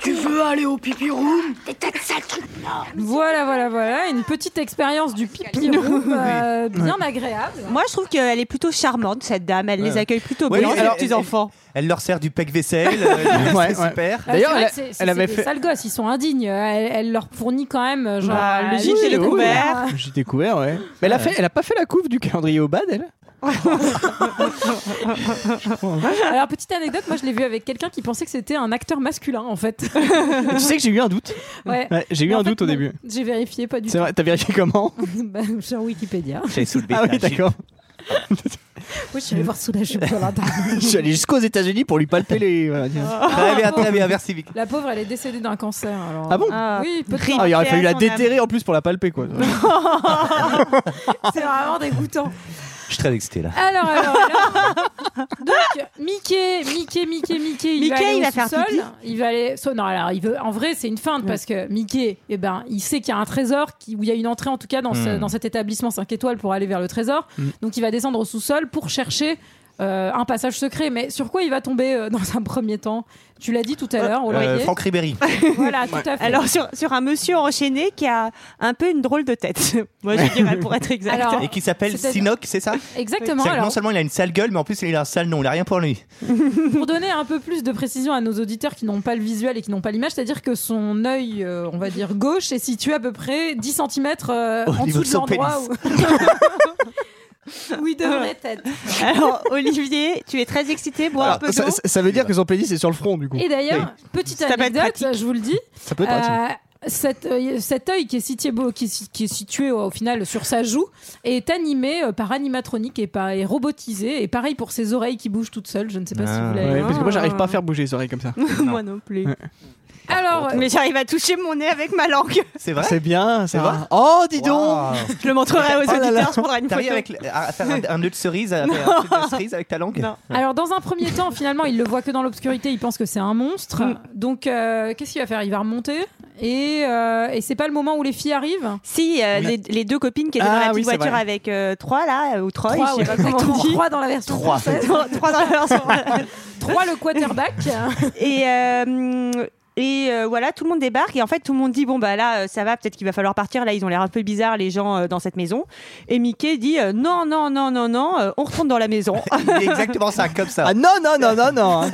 Tu veux aller au pipi room Des tas de sales trucs, là. Voilà, voilà, voilà. Une petite expérience du pipi room euh, bien agréable. Moi, je trouve qu'elle est plutôt charmante, cette dame. Elle les Ouais. accueille plutôt Ouais, bien, oui, les alors- petits enfants. Elle leur sert du pec vaisselle. euh, Ouais, c'est ouais. super. Ah, D'ailleurs, c'est vrai elle- que c'est- c'est- elle avait c'est des fait- sales gosses, ils sont indignes. Elle, elle leur fournit quand même euh, genre Bah, le euh, gilet les- couvert. J'ai découvert, ouais. Mais elle a, fait, elle a pas fait la couve du calendrier au bad, elle Alors petite anecdote, moi je l'ai vu avec quelqu'un qui pensait que c'était un acteur masculin en fait. Tu sais que j'ai eu un doute. Ouais. Ouais, j'ai eu Mais en un fait, doute au non. début. J'ai vérifié, pas du C'est tout. vrai, t'as vérifié comment Bah, sur Wikipédia. J'ai soulevé. Ah oui, la d'accord. Oui, je suis allée voir sous la jupe. voilà. Je suis allé jusqu'aux États-Unis pour lui palper les. voilà, tiens. Oh. Très bien, très bien, merci Vic. La pauvre, elle est décédée d'un cancer. Alors... Ah bon Ah. Oui, peut-être. Ah, il aurait fallu la Son âme. déterrer en plus pour la palper, quoi. C'est vraiment dégoûtant. Je suis très excité là. Alors, alors, alors. Donc, Mickey, Mickey, Mickey, Mickey, il va, Mickey, aller il au va faire sous-sol. pipi. Il va aller. so- non, alors, il veut. En vrai, c'est une feinte parce que Mickey, eh ben, il sait qu'il y a un trésor, qui- où il y a une entrée en tout cas dans, ce- Hmm. Mm. dans cet établissement 5 étoiles pour aller vers le trésor. Mm. Donc, il va descendre au sous-sol pour chercher. euh, un passage secret, mais sur quoi il va tomber euh, dans un premier temps Tu l'as dit tout à l'heure, Euh, Olivier. Franck Ribéry. Voilà, tout à fait. Alors sur, sur un monsieur enchaîné qui a un peu une drôle de tête. Moi je dirais pour être exact. et qui s'appelle c'est-à-dire- Sinoc, c'est ça Exactement. C'est-à-dire que alors- Non seulement il a une sale gueule, mais en plus il a un sale nom, il a rien pour lui. pour donner un peu plus de précision à nos auditeurs qui n'ont pas le visuel et qui n'ont pas l'image, c'est-à-dire que son œil, euh, on va dire gauche, est situé à peu près 10 cm Au en dessous niveau de de son l'endroit où... où il devrait être. Alors Olivier, tu es très excité, bois un peu d'eau. ça, ça- ça veut dire que son pénis est sur le front, du coup. Et d'ailleurs, petite Ça peut être anecdote, je vous le dis. Ça peut être pratique. cet, œil, cet œil qui est situé, beau- qui, est si- qui est situé euh, au final sur sa joue est animé euh, par animatronique et, par, et robotisé. Et pareil pour ses oreilles qui bougent toutes seules. Je ne sais pas si vous l'avez. Ah. Ouais, parce que moi, j'arrive pas à faire bouger les oreilles comme ça. Moi non plus. Alors, euh, Mais j'arrive à toucher mon nez avec ma langue. Euh, C'est vrai C'est bien, c'est vrai vrai. Oh, dis donc Je le montrerai aux Oh là là. auditeurs, je prendrai une T'arrives photo. avec le- à faire un, un nœud de cerise, à Non. faire un truc de cerise avec ta langue Alors dans un premier temps, finalement, il le voit que dans l'obscurité, il pense que c'est un monstre. Donc euh, qu'est-ce qu'il va faire Il va remonter et, euh, et c'est pas le moment où les filles arrivent. Si euh, les, les deux copines qui étaient dans Ah la oui, petite c'est voiture vrai. avec euh, trois là euh, ou Troy, Trois, je sais ouais, pas comment on dit. Trois dans la version Trois. française. Trois- trois dans la version. Trois le quarterback. et euh, et euh, voilà, tout le monde débarque et en fait tout le monde dit bon bah là euh, ça va, peut-être qu'il va falloir partir. Là ils ont l'air un peu bizarres les gens euh, dans cette maison. Et Mickey dit euh, non non non non non, euh, on retourne dans la maison. Il est exactement ça, comme ça. Ah non, non, non, non, non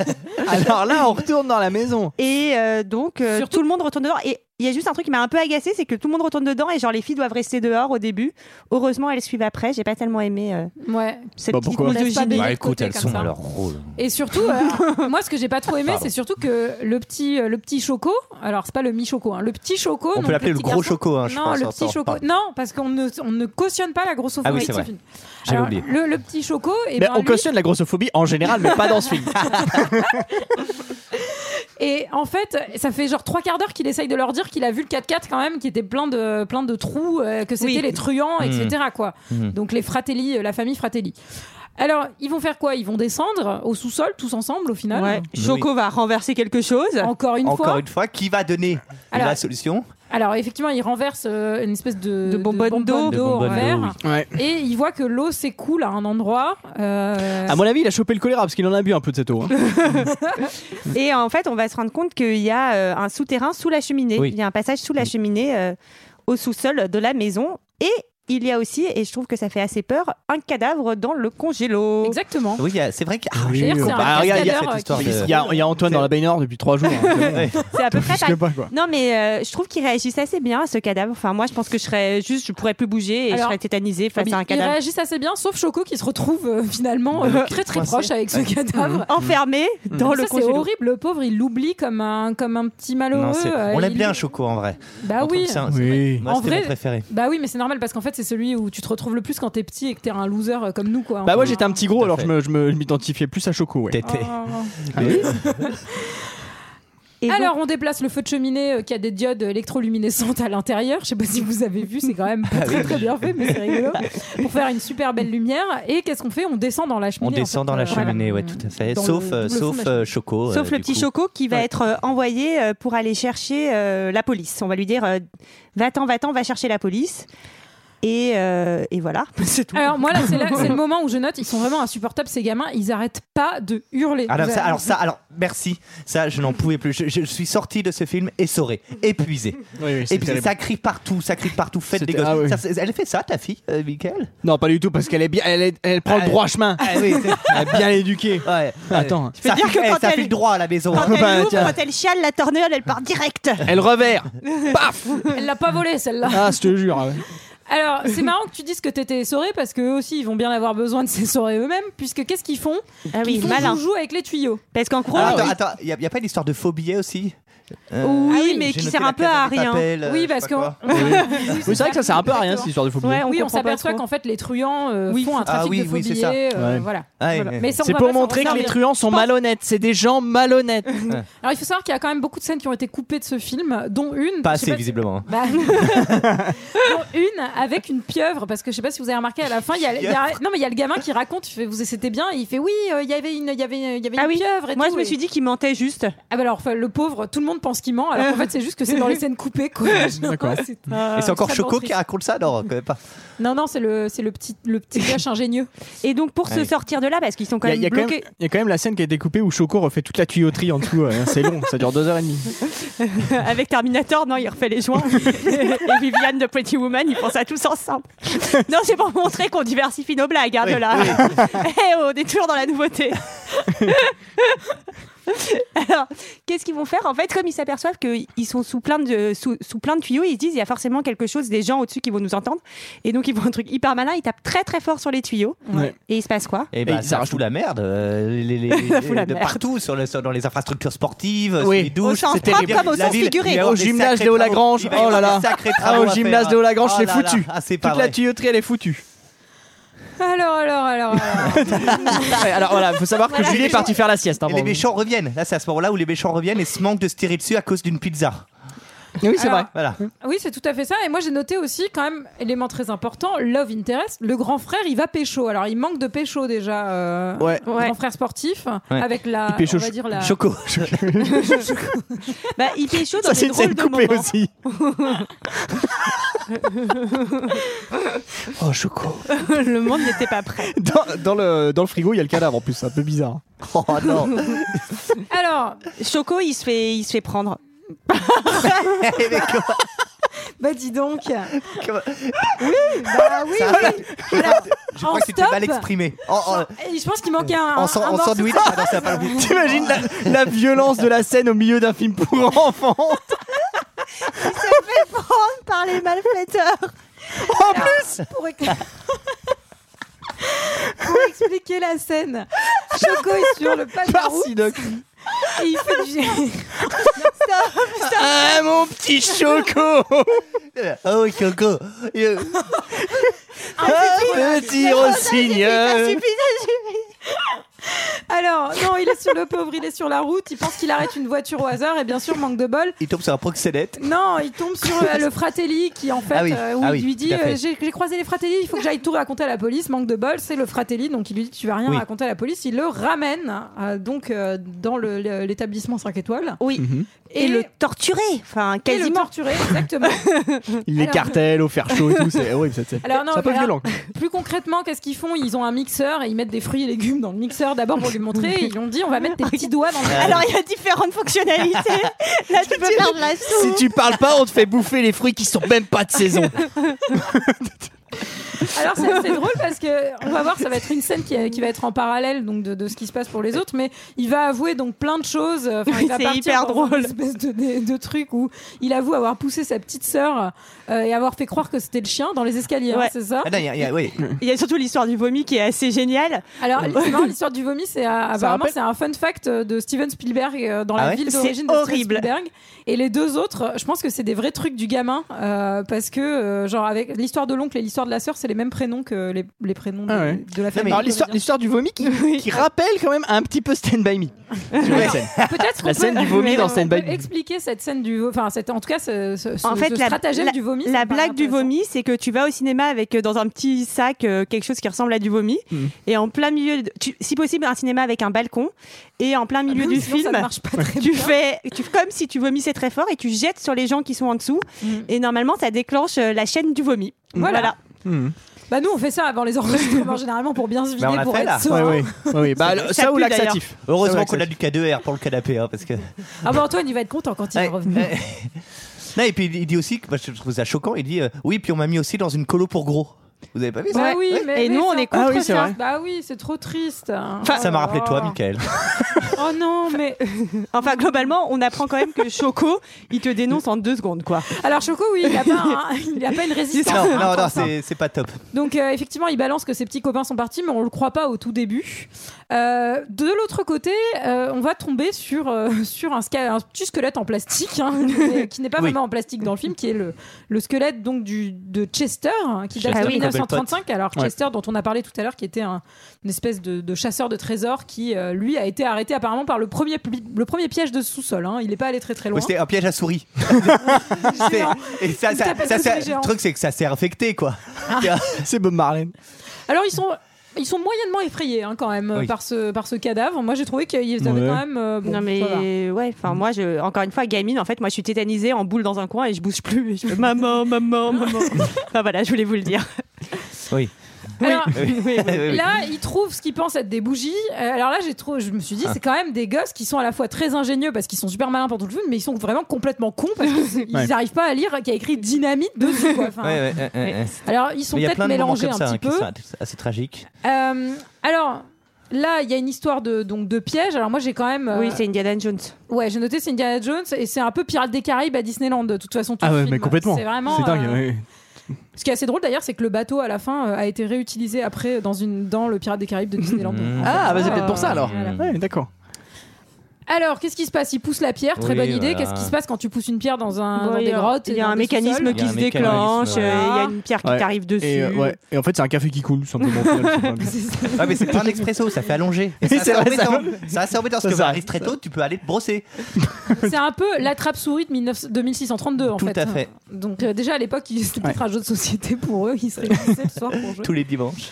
Alors là, on retourne dans la maison. Et euh, donc, euh, tout le monde retourne dehors. Et il y a juste un truc qui m'a un peu agacé, c'est que tout le monde retourne dedans et genre les filles doivent rester dehors au début. Heureusement, elles suivent après. J'ai pas tellement aimé euh, Ouais. cette Bah, petite pourquoi misogynie. Bah, Baiser de écoute, côté elles comme sont ça. Oh, à leur rôle. Et surtout, euh, moi, ce que j'ai pas trop aimé, Pardon. c'est surtout que le petit, euh, le petit Choco. Alors, c'est pas le mi Choco, hein, le petit Choco. On peut donc l'appeler le petit gros garçon- Choco, hein, je non, pense, le en petit sort, Choco. pardon. Non, parce qu'on ne, on ne cautionne pas la grossophobie. Ah oui, c'est dans ce vrai. film. J'avais Alors, oublié. Le, le petit Choco. Et Mais ben, on lui- cautionne la grossophobie en général, mais pas dans ce film. Et en fait, ça fait genre trois quarts d'heure qu'il essaye de leur dire qu'il a vu le 4x4 quand même, qui était plein de, plein de trous, euh, que c'était Oui. les truands, Mmh. etc. Quoi. Mmh. Donc les Fratelli, euh, la famille Fratelli. Alors, ils vont faire quoi Ils vont descendre au sous-sol, tous ensemble, au final Ouais. Choco va renverser quelque chose. Encore une Encore fois. une fois, qui va donner Alors- la solution Alors, effectivement, ils renversent euh, une espèce de, de bonbonne d'eau. d'eau en bonbonne d'eau, verre. oui. Ouais. Et ils voient que l'eau s'écoule à un endroit. euh, À mon avis, il a chopé le choléra parce qu'il en a bu un peu de cette eau. hein. Et en fait, on va se rendre compte qu'il y a euh, un souterrain sous la cheminée. Oui. Il y a un passage sous la cheminée euh, au sous-sol de la maison. Et il y a aussi, et je trouve que ça fait assez peur, un cadavre dans le congélo. Exactement. Oui, il y a- c'est vrai que. Ah, Oui, j'ai- oui, oui. bah, Bah, regarde, regarde, il y a cascadeur, cette euh, histoire. Il de- y a, il y a Antoine dans la baignoire depuis trois jours. hein. C'est à peu près T'offusques pas- pas, quoi. Non, mais euh, je trouve qu'il réagissent assez bien à ce cadavre. Enfin, moi, je pense que je serais juste, je pourrais plus bouger et je Alors, serais tétanisée face Ils à un ils cadavre. réagissent assez bien, sauf Choco qui se retrouve euh, finalement euh, très très coincé. proche avec ce cadavre. Enfermé dans Mm. Mmh. Mais le ça, c'est congélo. horrible, le pauvre, il l'oublie comme un, comme un petit malheureux. Non, c'est- euh, on l'aime il- bien, Choco, en vrai. Bah On trouve oui. ça- c'est- Moi, En c'était vrai- mon préféré. Bah oui, mais c'est normal parce qu'en fait, c'est celui où tu te retrouves le plus quand t'es petit et que t'es un loser euh, comme nous, quoi. Bah, Enfin, moi j'étais un petit gros, alors je me- je me- je m'identifiais plus à Choco. Ouais. T'étais. Ah oui. Et Alors, on déplace le feu de cheminée euh, qui a des diodes électroluminescentes à l'intérieur. Je sais pas si vous avez vu, c'est quand même Ah pas très, très bien fait, mais c'est rigolo. Pour faire une super belle lumière. Et qu'est-ce qu'on fait On descend dans la On cheminée. en descend fait, dans euh, la voilà. cheminée, ouais, tout à fait. Dans Sauf, le- euh, le fond de sauf la cheminée. euh, Choco. Sauf euh, le du petit coup. Choco qui va Ouais. être euh, envoyé euh, pour aller chercher euh, la police. On va lui dire euh, va-t'en, va-t'en, va chercher la police. Et, euh, et voilà, c'est tout. Alors moi là c'est, là, c'est le moment où je note, ils sont vraiment insupportables ces gamins, ils arrêtent pas de hurler. Ah, Alors Vous ça, avez- alors ça, alors merci. Ça, je n'en pouvais plus. Je, je suis sorti de ce film essoré, épuisé. Oui, oui, c'est épuisé. terrible. Ça crie partout, ça crie partout. Faites des C'était- gosses. ah oui. Ça, c'est- elle fait ça, ta fille, euh, Michael Non, pas du tout, parce qu'elle est bien, elle, est- elle prend le droit chemin. Ah oui, c'est- Elle est bien éduquée. Ouais. Attends. Ça dire file- que eh, quand ça elle- file droit à la maison. Quand elle bah, ouvre, tiens. Ah quand elle chiale la tornade, elle part direct. Elle revers. Paf Elle l'a pas volé celle-là. Ah, je te jure. ouais. Alors c'est marrant que tu dises que t'étais essoré parce que eux aussi ils vont bien avoir besoin de s'essorer eux-mêmes puisque qu'est-ce qu'ils font Ah oui, Ils font malin. joujou avec les tuyaux. Parce qu'en gros, Ah, Alors, attends, attends, il n'y a, pas une histoire de phobie aussi Euh, Oui, ah oui, mais j'ai qui noté sert la un peu à canne à rien. papel, euh, oui, je parce sais que. pas quoi. Oui. Oui, c'est c'est vrai que ça sert un peu à rien, Exactement. cette histoire de faux billets. Ouais, on Oui, on comprend pas s'aperçoit trop. qu'en fait les truands euh, font un Ah trafic oui, de faux oui, c'est billets. ça. euh, Ouais. Voilà. Ah, Voilà. mais- Mais ça, on C'est va pour pas s'en montrer que les resservir. truands sont malhonnêtes. C'est des gens malhonnêtes. Alors il faut savoir qu'il y a quand même beaucoup de scènes qui ont été coupées de ce film, dont une. Pas je sais assez, visiblement. Bah, dont une avec une pieuvre parce que je sais pas si vous avez remarqué à la fin il y a, il y a- non mais il y a le gamin qui raconte il fait, vous c'était bien et il fait oui euh, il y avait une il y avait il y avait Ah une pieuvre et Moi, tout, je me et- suis dit qu'il mentait juste. ah bah alors enfin, le pauvre tout le monde pense qu'il ment alors en fait c'est juste que c'est dans les scènes coupées quoi D'accord. Ah, Et c'est encore Choco qui raconte ça Non, quand même pas. non non c'est le c'est le petit le petit gâche ingénieux et donc pour se Ouais. sortir de là parce qu'ils sont Il y, a- il y a quand même- il y a quand même la scène qui a été coupée où Choco refait toute la tuyauterie en dessous. euh, c'est long, ça dure deux heures et demie. Avec Terminator, non, il refait les joints. et Viviane de Pretty Woman, ils font ça tous ensemble. Non, c'est pour montrer qu'on diversifie nos blagues, hein, de là. Eh, on est toujours dans la nouveauté. Alors, qu'est-ce qu'ils vont faire En fait, comme ils s'aperçoivent qu'ils sont sous plein, de, sous, sous plein de tuyaux, ils se disent il y a forcément quelque chose, des gens au-dessus qui vont nous entendre. Et donc, ils font un truc hyper malin, ils tapent très très fort sur les tuyaux. Ouais. Et il se passe quoi Et bah, ça fout la merde. euh, les- les- les- Ça fout la de merde. Partout, sur le- sur- dans les infrastructures sportives, sur Oui. les douches. Au sens c'est propre terrible. comme au La sens ville, figuré. il va y avoir Au des gymnase sacrés Léo-Lagrange, travaux. Il va y avoir oh là des là. sacrés Ah, travaux au à faire. gymnase Léo-Lagrange, Oh c'est là là. foutu. Ah, c'est pas Toute la vrai. tuyauterie, elle est foutue. alors alors alors, alors. Ouais, alors voilà, faut savoir que Voilà, Julie les est partie méchants- faire la sieste. hein, Et bon. les méchants reviennent. Là, c'est à ce moment-là où les méchants reviennent et se manquent de se tirer dessus à cause d'une pizza. Oui, c'est Alors- vrai. Voilà. Oui, c'est tout à fait ça. Et moi, j'ai noté aussi, quand même, élément très important, Love Interest. Le grand frère, il va pécho. Alors, il manque de pécho déjà. euh, Ouais. Grand frère sportif. Ouais. Avec la. Il pécho on va dire Ah. la. Choco. Bah, il pécho dans Ça, c'est des une scène drôles de coupée moments. aussi. Oh, Choco. le monde n'était pas prêt. Dans, dans le, dans le frigo, il y a le cadavre en plus, c'est un peu bizarre. Oh non. Alors, Choco, il se fait, il se fait prendre. bah, dis donc. Comment- Oui, bah oui. Ça, oui. Alors, Je en crois que c'était stop. mal exprimé. Oh, En- en- Et je pense qu'il manquait un. En, un- san- un en morceau. sandwich Ah non, ça va pas le goût. T'imagines la, la violence de la scène au milieu d'un film pour enfants Il se fait prendre par les malfaiteurs. En plus Pour, ex- pour expliquer la scène, Choco est sur le pas de la Par route Sidoc. et il fait du. Ah, mon petit Choco Oh oui, Coco. Et, euh, Ah, Petit rossignol Alors, non, il est sur le pauvre, il est sur la route, il pense qu'il arrête une voiture au hasard et bien sûr, manque de bol. Il tombe sur un proxénète. Non, il tombe sur euh, le Fratelli qui, en fait, Ah oui, euh, où ah il oui, lui dit tout à fait. euh, J'ai j'ai croisé les Fratelli, il faut que j'aille tout raconter à la police. Manque de bol, c'est le Fratelli, donc il lui dit Tu vas rien Oui. raconter à la police. Il le ramène euh, donc euh, dans le- le- l'établissement 5 étoiles. Oui. Et, le torturer. Enfin, et le quasiment. torturer, exactement. Il les cartèle au fer chaud et tout, Eh c'est horrible cette scène. Alors non, c'est un peu mais alors- violent. Plus concrètement, qu'est-ce qu'ils font Ils ont un mixeur et ils mettent des fruits et légumes dans le mixeur d'abord pour lui montrer. Ils lui ont dit On va mettre des petits doigts dans le. Ah Alors, il y a différentes fonctionnalités. Là, tu peux faire de la soupe. Si tu parles pas, on te fait bouffer les fruits qui sont même pas de saison. Alors c'est assez drôle parce que on va voir, ça va être une scène qui, qui va être en parallèle donc de, de ce qui se passe pour les autres, mais il va avouer donc plein de choses. Enfin, il va C'est partir hyper dans drôle. Une espèce de, de, de truc où il avoue avoir poussé sa petite sœur euh, et avoir fait croire que c'était le chien dans les escaliers, hein, Ouais. c'est ça Ah non, il y a- il y a- oui. Il y a surtout l'histoire du vomi qui est assez géniale. Alors c'est marrant, l'histoire du vomi, c'est euh, apparemment rappelle c'est un fun fact euh, de Steven Spielberg euh, dans Ah la ouais ville C'est d'origine de horrible. Steven Spielberg. Et les deux autres, euh, je pense que c'est des vrais trucs du gamin euh, parce que euh, genre avec l'histoire de l'oncle et l'histoire de la sœur, c'est les mêmes prénoms que les, les prénoms de, Ah ouais. de la famille. Alors l'histoire, l'histoire du vomi qui, qui rappelle quand même un petit peu Stand By Me. Sur la scène. Peut-être qu'on La scène peut- du vomi mais dans on Stand peut By Me. Expliquer cette scène du, enfin, cette- en tout cas, ce, ce- ce- En fait, ce la- stratagème du vomi. ça me La paraît blague du intéressant. vomi, c'est que tu vas au cinéma avec euh, dans un petit sac euh, quelque chose qui ressemble à du vomi, Mm. et en plein milieu, de- tu- si possible, un cinéma avec un balcon, et en plein milieu du Sinon, ça film, ne marche pas très tu bien. fais tu, comme si tu vomissais très fort et tu jettes sur les gens qui sont en dessous, et normalement, ça déclenche euh, la chaîne du vomi. Voilà. Mm. Voilà. Bah nous, on fait ça avant les enregistrements généralement pour bien se vider, on l'a pour fait, être là. serein. Ouais, ouais. Ouais, ouais. Bah, le- ça, Ça ou pue, laxatif. Heureusement Ouais, qu'on a du K2R pour le canapé. hein, parce que... Ah bah Antoine, il va être content quand il Ouais. va revenir. non, et puis il dit aussi, que, moi, je trouve ça choquant, il dit euh, Oui, puis on m'a mis aussi dans une colo pour gros. Vous avez pas vu ça Bah oui, mais Et mais nous, on c'est est un contre peu ça. triste. Bah oui, c'est trop triste. Ça m'a Oh rappelé là toi, là. Michael. Oh non, mais enfin globalement, on apprend quand même que Choco, il te dénonce en deux secondes, quoi. alors Choco, oui, il a pas, un- il a pas une résistance. Non, non, non, intense, hein. c'est c'est pas top. Donc euh, effectivement, il balance que ses petits copains sont partis, mais on le croit pas au tout début. Euh, de l'autre côté, euh, on va tomber sur euh, sur un, sca- un petit squelette en plastique hein, mais qui n'est pas Oui. vraiment en plastique dans le film, qui est le, le squelette donc du de Chester hein, qui date Chester, Ah de oui. 1935. Alors Ouais. Chester, dont on a parlé tout à l'heure, qui était un une espèce de, de chasseur de trésors qui euh, lui a été arrêté apparemment par le premier pli- le premier piège de sous-sol. hein. Il n'est pas allé très très loin. Ouais, C'était un piège à souris. C'est- Et ça, Il ça, s'appelle ça, le ça- souris le géant. truc, c'est que ça s'est infecté, quoi. C'est Bob Marley. Alors ils sont ils sont moyennement effrayés hein, quand même Oui. par ce par ce cadavre. Moi j'ai trouvé qu'ils avaient Ouais. quand même euh, bon, ça non va. mais ouais, enfin moi je encore une fois gamine en fait moi je suis tétanisée en boule dans un coin et je bouge plus. Je fais, maman, maman, maman. enfin voilà, je voulais vous le dire. Alors, Oui, oui, oui. Là, ils trouvent ce qu'ils pensent être des bougies. Euh, Alors là, j'ai trop, je me suis Ah. dit, c'est quand même des gosses qui sont à la fois très ingénieux parce qu'ils sont super malins pendant le film, mais ils sont vraiment complètement cons parce qu'ils Ouais. n'arrivent pas à lire qu'il y a écrit dynamite dessus. quoi. Enfin, Ouais, ouais, ouais, ouais, ouais. Alors, ils sont Mais il y a peut-être plein de moments mélangés comme un ça hein, petit qui peu. sont assez tragiques. Euh, alors. Là, il y a une histoire de donc de piège. Alors moi, j'ai quand même. euh, Oui, c'est Indiana Jones. ouais, j'ai noté c'est Indiana Jones et c'est un peu Pirates des Caraïbes à Disneyland. De toute façon, tout Ah le ouais, film. mais complètement. C'est vraiment. dingue. euh, ouais. Ce qui est assez drôle d'ailleurs, c'est que le bateau à la fin euh, a été réutilisé après dans une dans le Pirate des Caraïbes de Disneyland. Mmh. Ah, bah c'est peut-être pour ça alors. Voilà. Ouais, d'accord. Alors, qu'est-ce qui se passe Il pousse la pierre, très Oui, bonne idée. voilà. Qu'est-ce qui se passe quand tu pousses une pierre dans, un, Bon, dans il des y a- grottes il y a dans un des sous-sols mécanisme Il y qui a un se mécanisme, déclenche, ouais. euh, il y a une pierre qui Ouais. t'arrive dessus. Et, euh, ouais. Et en fait, c'est un café qui coule, simplement. au final, c'est pas grave. Ouais, mais c'est pas un expresso, ça fait allonger. Et Oui, ça, c'est c'est vrai, ça- embêtant. Ça, c'est embêtant parce que Ça, ça- arrive très tôt, tu peux aller te brosser. C'est un peu la trappe souris de 19 de 1632 en Tout fait. à fait. Donc euh, déjà à l'époque, il- c'était peut-être un jeu de société pour eux. Ils se réunissaient le soir pour jouer. Tous les dimanches.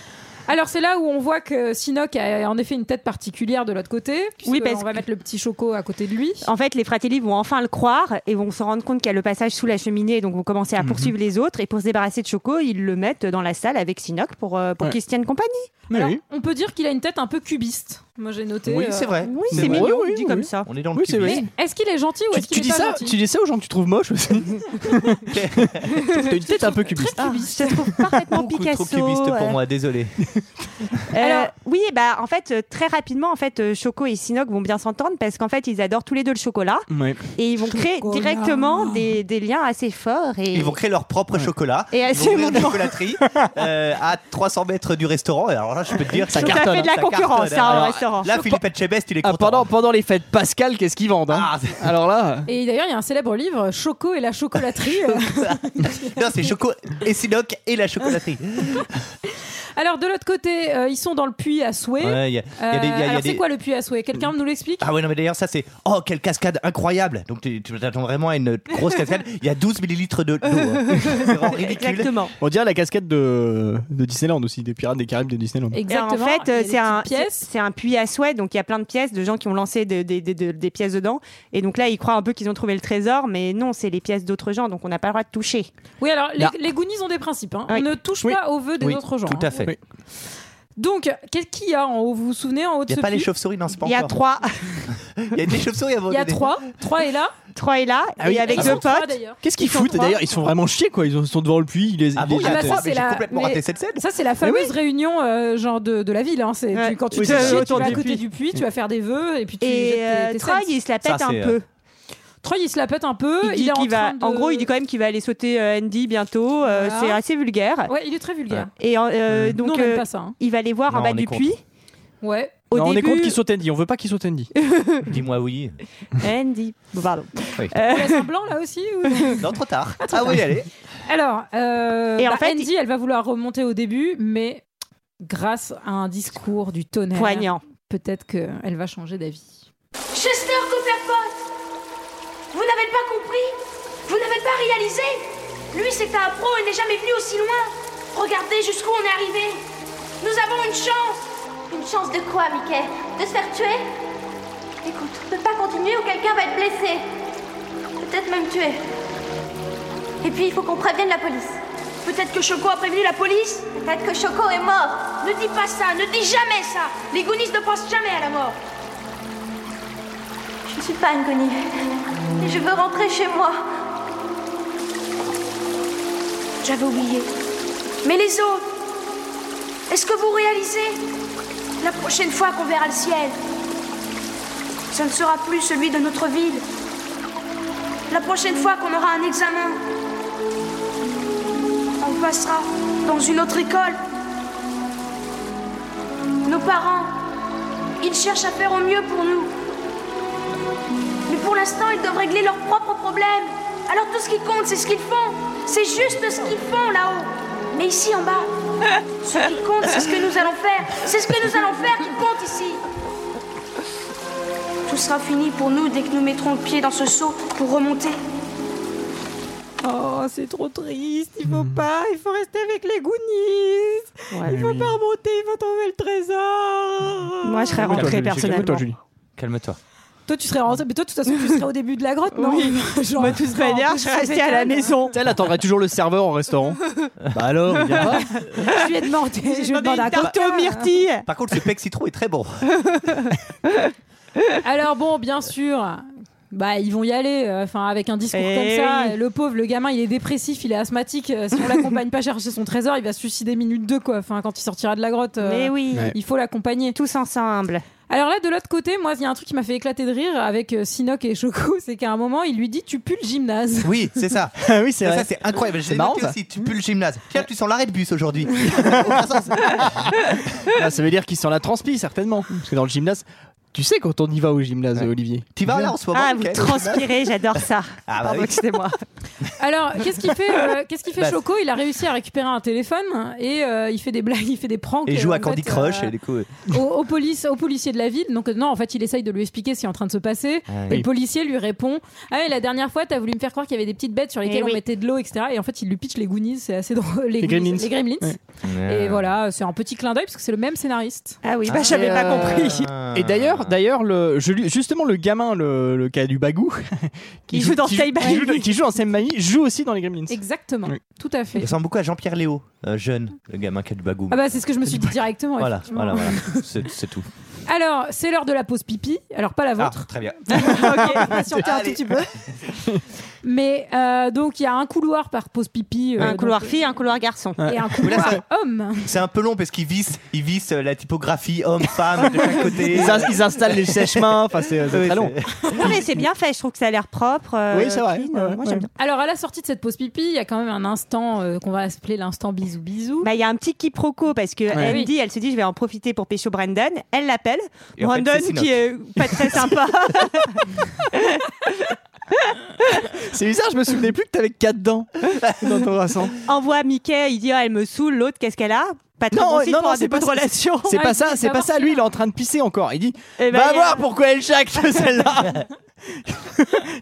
Alors c'est là où on voit que Sinoc a en effet une tête particulière de l'autre côté. Oui, puisque parce on va que- mettre le petit choco à côté de lui. Ah En fait, les Fratelli vont enfin le croire et vont se rendre compte qu'il y a le passage sous la cheminée, donc vont commencer Mhm. à poursuivre les autres. Et pour se débarrasser de Choco, ils le mettent dans la salle avec Sinoc pour, euh, pour Ouais. qu'ils se tiennent compagnie. Mais Alors, oui. on peut dire qu'il a une tête un peu cubiste. Moi j'ai noté. Oui, euh, c'est vrai. Oui, vrai. c'est mignon, Oui, oui, dit oui. comme ça. On est dans le Oui, c'est cubisme. vrai. Mais est-ce qu'il est gentil ou Tu, est-ce tu qu'il est dis pas ça, gentil tu dis ça aux gens que tu trouves moches aussi. T'as une tête un peu cubiste. Ah, je te trouve parfaitement Beaucoup Picasso. trop cubiste pour euh, moi, désolé. Euh, Alors- oui, bah en fait euh, très rapidement en fait euh, Choco et Sinoc vont bien s'entendre parce qu'en fait ils adorent tous les deux le chocolat Ouais. et ils vont créer Chocolat. directement des, des liens assez forts et Ils vont créer leur propre chocolat. Et à ils ce vont ouvrir une moment- chocolaterie euh, à 300 mètres du restaurant. Et alors là, je peux te dire, que ça Donc, cartonne. ça fait de la Ça concurrence cartonne, hein. hein, au Alors, restaurant. Là, Philippe Etchebest, il est Ah, content. pendant, pendant les fêtes Pascal, qu'est-ce qu'ils vendent hein Ah, c'est- Alors là, Et d'ailleurs, il y a un célèbre livre, Choco et la chocolaterie. euh, non, c'est Choco et Sinoc et la chocolaterie. Alors de l'autre côté, euh, ils sont dans le puits à souhait. Ouais, il y a- il y a des- il y a- Euh, il y a alors c'est des- quoi le puits à souhait Quelqu'un nous l'explique Ah ouais, non, mais d'ailleurs, ça c'est. Oh, quelle cascade incroyable! Donc tu tu t'attends vraiment à une grosse cascade. Il y a 12 millilitres de- d'eau. hein. C'est vraiment ridicule. Exactement. on dirait la casquette de, de Disneyland aussi, des pirates des Caraïbes de Disneyland. Et en Exactement. fait, il y a euh, des c'est un, petites c'est- pièces. c'est un puits à souhait, donc il y a plein de pièces de gens qui ont lancé de- de- de- de- des pièces dedans. Et donc là, ils croient un peu qu'ils ont trouvé le trésor, mais non, c'est les pièces d'autres gens, donc on n'a pas le droit de toucher. Oui, alors les, Là. les Goonies ont des principes. hein. Oui. On ne touche Oui. pas aux vœux des Oui, autres gens. Tout à hein. fait. Oui. Donc, qu'est-ce qu'il y a en haut Vous vous souvenez en haut de Il n'y ce a pas puits les chauves-souris, non, c'est pas Il y a encore. trois, Il y a des chauves-souris avant Il y a trois. Trois est là. trois est là, Ah oui, et avec ils Ils sont deux sont trois, potes. d'ailleurs. Qu'est-ce qu'ils Ils sont foutent trois. D'ailleurs, ils sont vraiment chiés quoi. Ils ont- sont devant le puits. Ils les, Ah bon, ils il les y a bah jettent. ça, trois, c'est mais j'ai la- complètement mais- raté cette scène. Ça, c'est la fameuse réunion euh, genre de, de la ville. hein. C'est Ouais. tu- quand tu Oui, te c'est chies, ça. tu vas à Autour côté du du puits, tu vas faire des vœux et puis tu jettes Et tes- euh, tes Troy, cents. il se la Ça, pète un c'est, euh, peu. Troy, il se la pète un peu. Il Il, dit est en qu'il va- train de- en gros, il dit quand même qu'il va aller sauter euh, Andy bientôt. euh, Voilà. C'est assez vulgaire. Ouais, il est très vulgaire. Et en- euh, Nous, on donc, n'aime euh, pas ça. hein. il va les voir Non, en bas on est du contre. puits. Ouais. Au Non, on est début, contre qu'ils sautent Andy. On veut pas qu'ils sautent Andy. Dis-moi oui. Andy. Bon, pardon. Oui. Euh, On laisse un blanc là aussi ou- Non, trop tard. Ah oui, allez. Alors, euh, Et en bah, fait, Andy, elle va vouloir remonter au début, mais grâce à un discours du tonnerre, poignant. peut-être qu'elle va changer d'avis. Chester Copperpot Vous n'avez pas compris Vous n'avez pas réalisé Lui, c'est un pro et n'est jamais venu aussi loin. Regardez jusqu'où on est arrivé. Nous avons une chance. Une chance de quoi, Mickey De se faire tuer Écoute, on ne peut pas continuer ou quelqu'un va être blessé. Peut-être même tué. Et puis, il faut qu'on prévienne la police. Peut-être que Choco a prévenu la police Peut-être que Choco est mort. Ne dis pas ça, ne dis jamais ça. Les Goonies ne pensent jamais à la mort. Je ne suis pas une Connie. Et je veux rentrer chez moi. J'avais oublié. Mais les autres, Est-ce que vous réalisez La prochaine fois qu'on verra le ciel, ce ne sera plus celui de notre ville. La prochaine fois qu'on aura un examen, on passera dans une autre école. Nos parents, ils cherchent à faire au mieux pour nous. Mais pour l'instant, ils doivent régler leurs propres problèmes. Alors tout ce qui compte, c'est ce qu'ils font. C'est juste ce qu'ils font là-haut. Mais ici en bas, ce qui compte, c'est ce que nous allons faire. C'est ce que nous allons faire qui compte ici. Tout sera fini pour nous dès que nous mettrons le pied dans ce seau pour remonter. Oh, c'est trop triste, il Hmm. faut pas, il faut rester avec les Goonies. il faut pas remonter, il faut trouver le trésor. Hmm. Moi, je serais Calme-toi, rentrée Julie, personnellement. calme-toi, Julie. Calme-toi. Toi, tu serais rentré, mais toi, de toute façon, tu serais au début de la grotte, non Genre, Moi, de toute manière, je serais restée à la maison. Elle attendrait toujours le serveur au restaurant. bah alors, il vient pas. Je lui ai demandé, je lui ai demandé un Tarte cocktail. aux myrtilles. Par contre, le pec citron est très bon. Alors bon, bien sûr. Bah, ils vont y aller, euh, enfin avec un discours Eh comme ça. oui. euh, Le pauvre, le gamin, il est dépressif, il est asthmatique. euh, si on l'accompagne pas chercher son trésor, il va se suicider minute 2 quoi. Enfin, quand il sortira de la grotte, euh, Mais oui, Ouais. il faut l'accompagner. tous ensemble. Alors là, de l'autre côté, moi, il y a un truc qui m'a fait éclater de rire avec euh, Sinoc et Choco, c'est qu'à un moment, il lui dit, tu pues le gymnase. Oui, c'est ça. Ah oui, c'est Ça, ça, vrai. c'est incroyable. C'est J'ai marrant, marqué ça. aussi. Tu pues le gymnase. Tiens, tu sens l'arrêt de bus aujourd'hui. Aucun sens. Ah, ça veut dire qu'il s'en la transpi, certainement. Parce que dans le gymnase, tu sais quand on y va au gymnase, Ouais. Olivier. Tu vas là en ce moment Ah, vous euh, Mickaël transpirez, j'adore ça. Ah, bah Pardon, oui. excusez-moi. Alors, qu'est-ce qu'il fait, euh, qu'est-ce qu'il fait Bah, Choco Il a réussi à récupérer un téléphone hein, et euh, il fait des blagues, il fait des pranks. Et euh, joue à en Candy fait, Crush. euh, Et du coup, au, au police, au policier de la ville. Donc euh, non, en fait, il essaye de lui expliquer ce qui est en train de se passer. Ah Et Oui. le policier lui répond Ah, et la dernière fois, t'as voulu me faire croire qu'il y avait des petites bêtes sur lesquelles Eh on oui. mettait de l'eau, etc. Et en fait, il lui pitch les Goonies, c'est assez drôle. Les, Goonies- Gremlins. Les Gremlins. Ah. Euh. Et voilà, c'est un petit clin d'œil parce que c'est le même scénariste. Ah oui, bah, j'avais pas euh, compris. Ah. Et d'ailleurs, d'ailleurs, le, je lui- justement, le gamin, le, le cas du bagou, Il joue dans qui, Stay By qui joue, Me. qui joue dans Sam Maï, joue aussi dans les Gremlins. Exactement, Oui. tout à Il fait. ressemble beaucoup à Jean-Pierre Léo, euh, jeune, le gamin qui a du bagou. Ah bah c'est ce que je me suis dit directement. Voilà, effectivement. voilà, voilà. C'est c'est tout. Alors c'est l'heure de la pause pipi. Alors pas la Ah, vôtre. très bien. ok, patientez un tout petit peu. Mais euh, donc il y a un couloir par pause pipi. euh, Un donc- couloir fille, un couloir garçon. Et un Oula, couloir Ah. ça- homme. C'est un peu long parce qu'ils vissent, ils vissent euh, la typographie homme-femme de chaque côté. Ils, ins- ils installent les sèches-mains, enfin, c'est c'est Oui, très long. c'est- Non, mais c'est bien fait, je trouve que ça a l'air propre. euh, Oui, c'est vrai. clean, euh, Ouais, Moi, ouais. j'aime bien. Alors à la sortie de cette pause pipi, il y a quand même un instant euh, qu'on va appeler l'instant bisou bisou. Bah, Il y a un petit quiproquo parce que Ouais. Andy, elle se dit je vais en profiter pour pécho Brandon. Elle l'appelle. Et en fait, Brandon, c'est Sinoc. qui est pas très sympa. C'est bizarre, je me souvenais plus que t'avais quatre dents dans ton rassent. envoie Mickey, il dit Ah, elle me saoule, l'autre qu'est-ce qu'elle a Pas très Non, bon ouais, signe non, pour non, un c'est début pas- de relation. C'est Ah, pas il ça, voulait c'est pas savoir ça. si- Lui, il est en train de pisser encore. Il dit Et bah, Va il y a- voir pourquoi elle jacte celle-là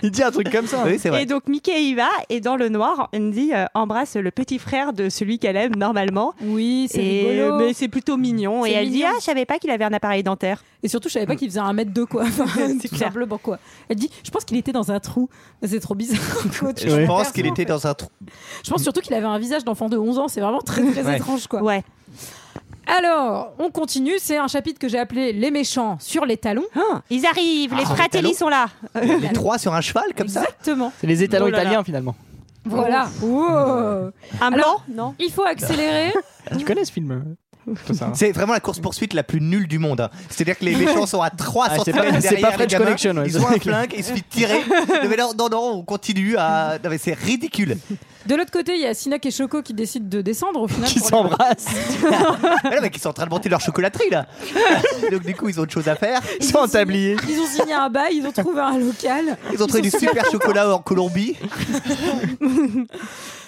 Il dit un truc comme ça. Oui, c'est vrai. Et donc Mickey y va et dans le noir, Andy euh, embrasse le petit frère de celui qu'elle aime normalement. Oui, c'est Et- euh, rigolo. mais c'est plutôt mignon. C'est Et elle dit mignon. Ah, je savais pas qu'il avait un appareil dentaire. Et surtout, je savais pas qu'il faisait un mètre de quoi. Enfin, C'est tout clair. simplement quoi. Elle dit, je pense qu'il était dans un trou. Mais C'est trop bizarre. quoi, tu Je vois, pense perso, qu'il en était fait. dans un trou. Je pense surtout qu'il avait un visage d'enfant de 11 ans. C'est vraiment très très Ouais. étrange quoi. Ouais. Alors, on continue. C'est un chapitre que j'ai appelé Les méchants sur les talons. Ah, ils arrivent, les Ah, fratelli les sont là. Euh, Les trois sur un cheval comme ça. Exactement. C'est les étalons Oh là là. italiens finalement. Voilà. Wow. Un blanc Alors- Non. Il faut accélérer. Tu connais ce film euh, Tout ça. C'est vraiment la course poursuite la plus nulle du monde. hein. C'est-à-dire que les méchants sont à 3 Ah, c'est centimètres pas- c'est derrière pas French les gamins. Connection, ouais, ils c'est ont un vrai que- flingue, ils se font tirer. Non, mais non, non, non, on continue à. Non, mais c'est ridicule. De l'autre côté, il y a Sinac et Choco qui décident de descendre au final. Qui pour- s'embrassent. Mais non, mais ils sont en train de monter leur chocolaterie là. Donc du coup, ils ont autre chose à faire. Ils sont en tablier. Ils ont signé un bail, ils ont trouvé un local. Ils ont trouvé du super chocolat en Colombie.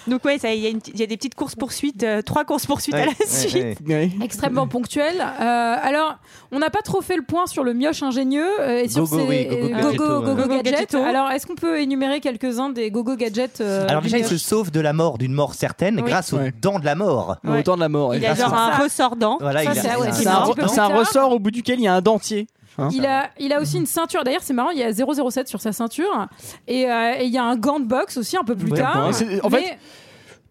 Donc ouais, ça, il y, a une petite- il y a des petites courses poursuites, trois courses poursuites à la suite. Oui. extrêmement Mm. ponctuel. Euh, alors, on n'a pas trop fait le point sur le mioche ingénieux euh, et sur Gogo, ses oui, Gogo euh, Gadgeto, Gogo- ouais. Gogo Gogo hein. Gadget. Gadgeto. Alors, est-ce qu'on peut énumérer quelques-uns des Gogo Gadgets euh, Alors du déjà, ils mioche se sauvent de la mort, d'une mort certaine, Oui. grâce aux Ouais. dents de la mort. Ouais. Autant de la mort. Il ouais. Ah, a grâce genre à un ça. ressort dent. Voilà, Ça, il a- c'est- il a- ouais, C'est un un, petit peu c'est un plus tard. ressort au bout duquel il y a un dentier. Hein il a, il a aussi une ceinture. D'ailleurs, c'est marrant, il y a 007 sur sa ceinture. Et euh, et il y a un gant de boxe aussi un peu plus Ouais, tard. bon, c'est- en fait, Mais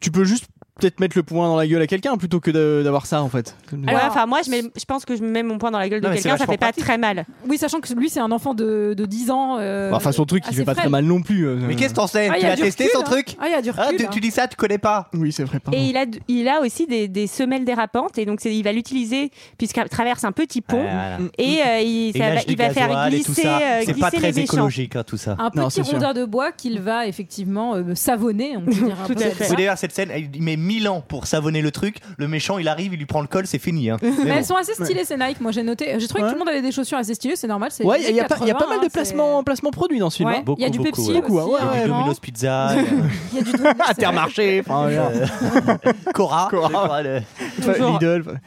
Tu peux juste peut-être mettre le poing dans la gueule à quelqu'un plutôt que de- d'avoir ça en fait. ouais, enfin moi je, mets- je pense que je me mets mon poing dans la gueule de Non, mais c'est quelqu'un, ça vachement fait pas pratique. très mal. Oui, sachant que lui, c'est un enfant de, de 10 ans. euh, Bah, enfin, son truc, il assez fait pas très frêle. mal non plus. euh. Mais qu'est-ce que t'en sais Ah, il Tu y a as du testé recul, son hein. truc Ah, il y a du Ah, recul, tu, hein. tu dis ça, tu connais pas Oui, c'est vrai. Et il a, il a aussi des, des semelles dérapantes, et donc c'est- il va l'utiliser puisqu'elle traverse un petit pont, Ah, voilà. et euh, il, ça Et va, lâche il du va faire gasoil et tout glisser, ça. euh, C'est glisser pas les très méchants. écologique hein, tout ça. Un petit rondin de bois qu'il va effectivement euh, savonner, on peut dire. un peu comme ça. Oui, d'ailleurs, cette scène, elle- il met 1000 ans pour savonner le truc. Le méchant, il arrive, il lui prend le col, c'est fini. hein. Mais bon. elles sont assez stylées ces Nike, moi j'ai noté. J'ai trouvé que tout le monde avait des chaussures assez stylées, c'est normal. c'est Ouais, les il y, a années pas- il y a pas 80, mal de hein, placements, placements produits dans ce film. Ouais, hein. il y a du Pepsi aussi, euh, beaucoup, hein. Ouais, Il y a ouais, du vraiment. Domino's Pizza, il y a- Intermarché, Ah, enfin, voilà. Cora. Cora. le- Enfin, Lidl. enfin.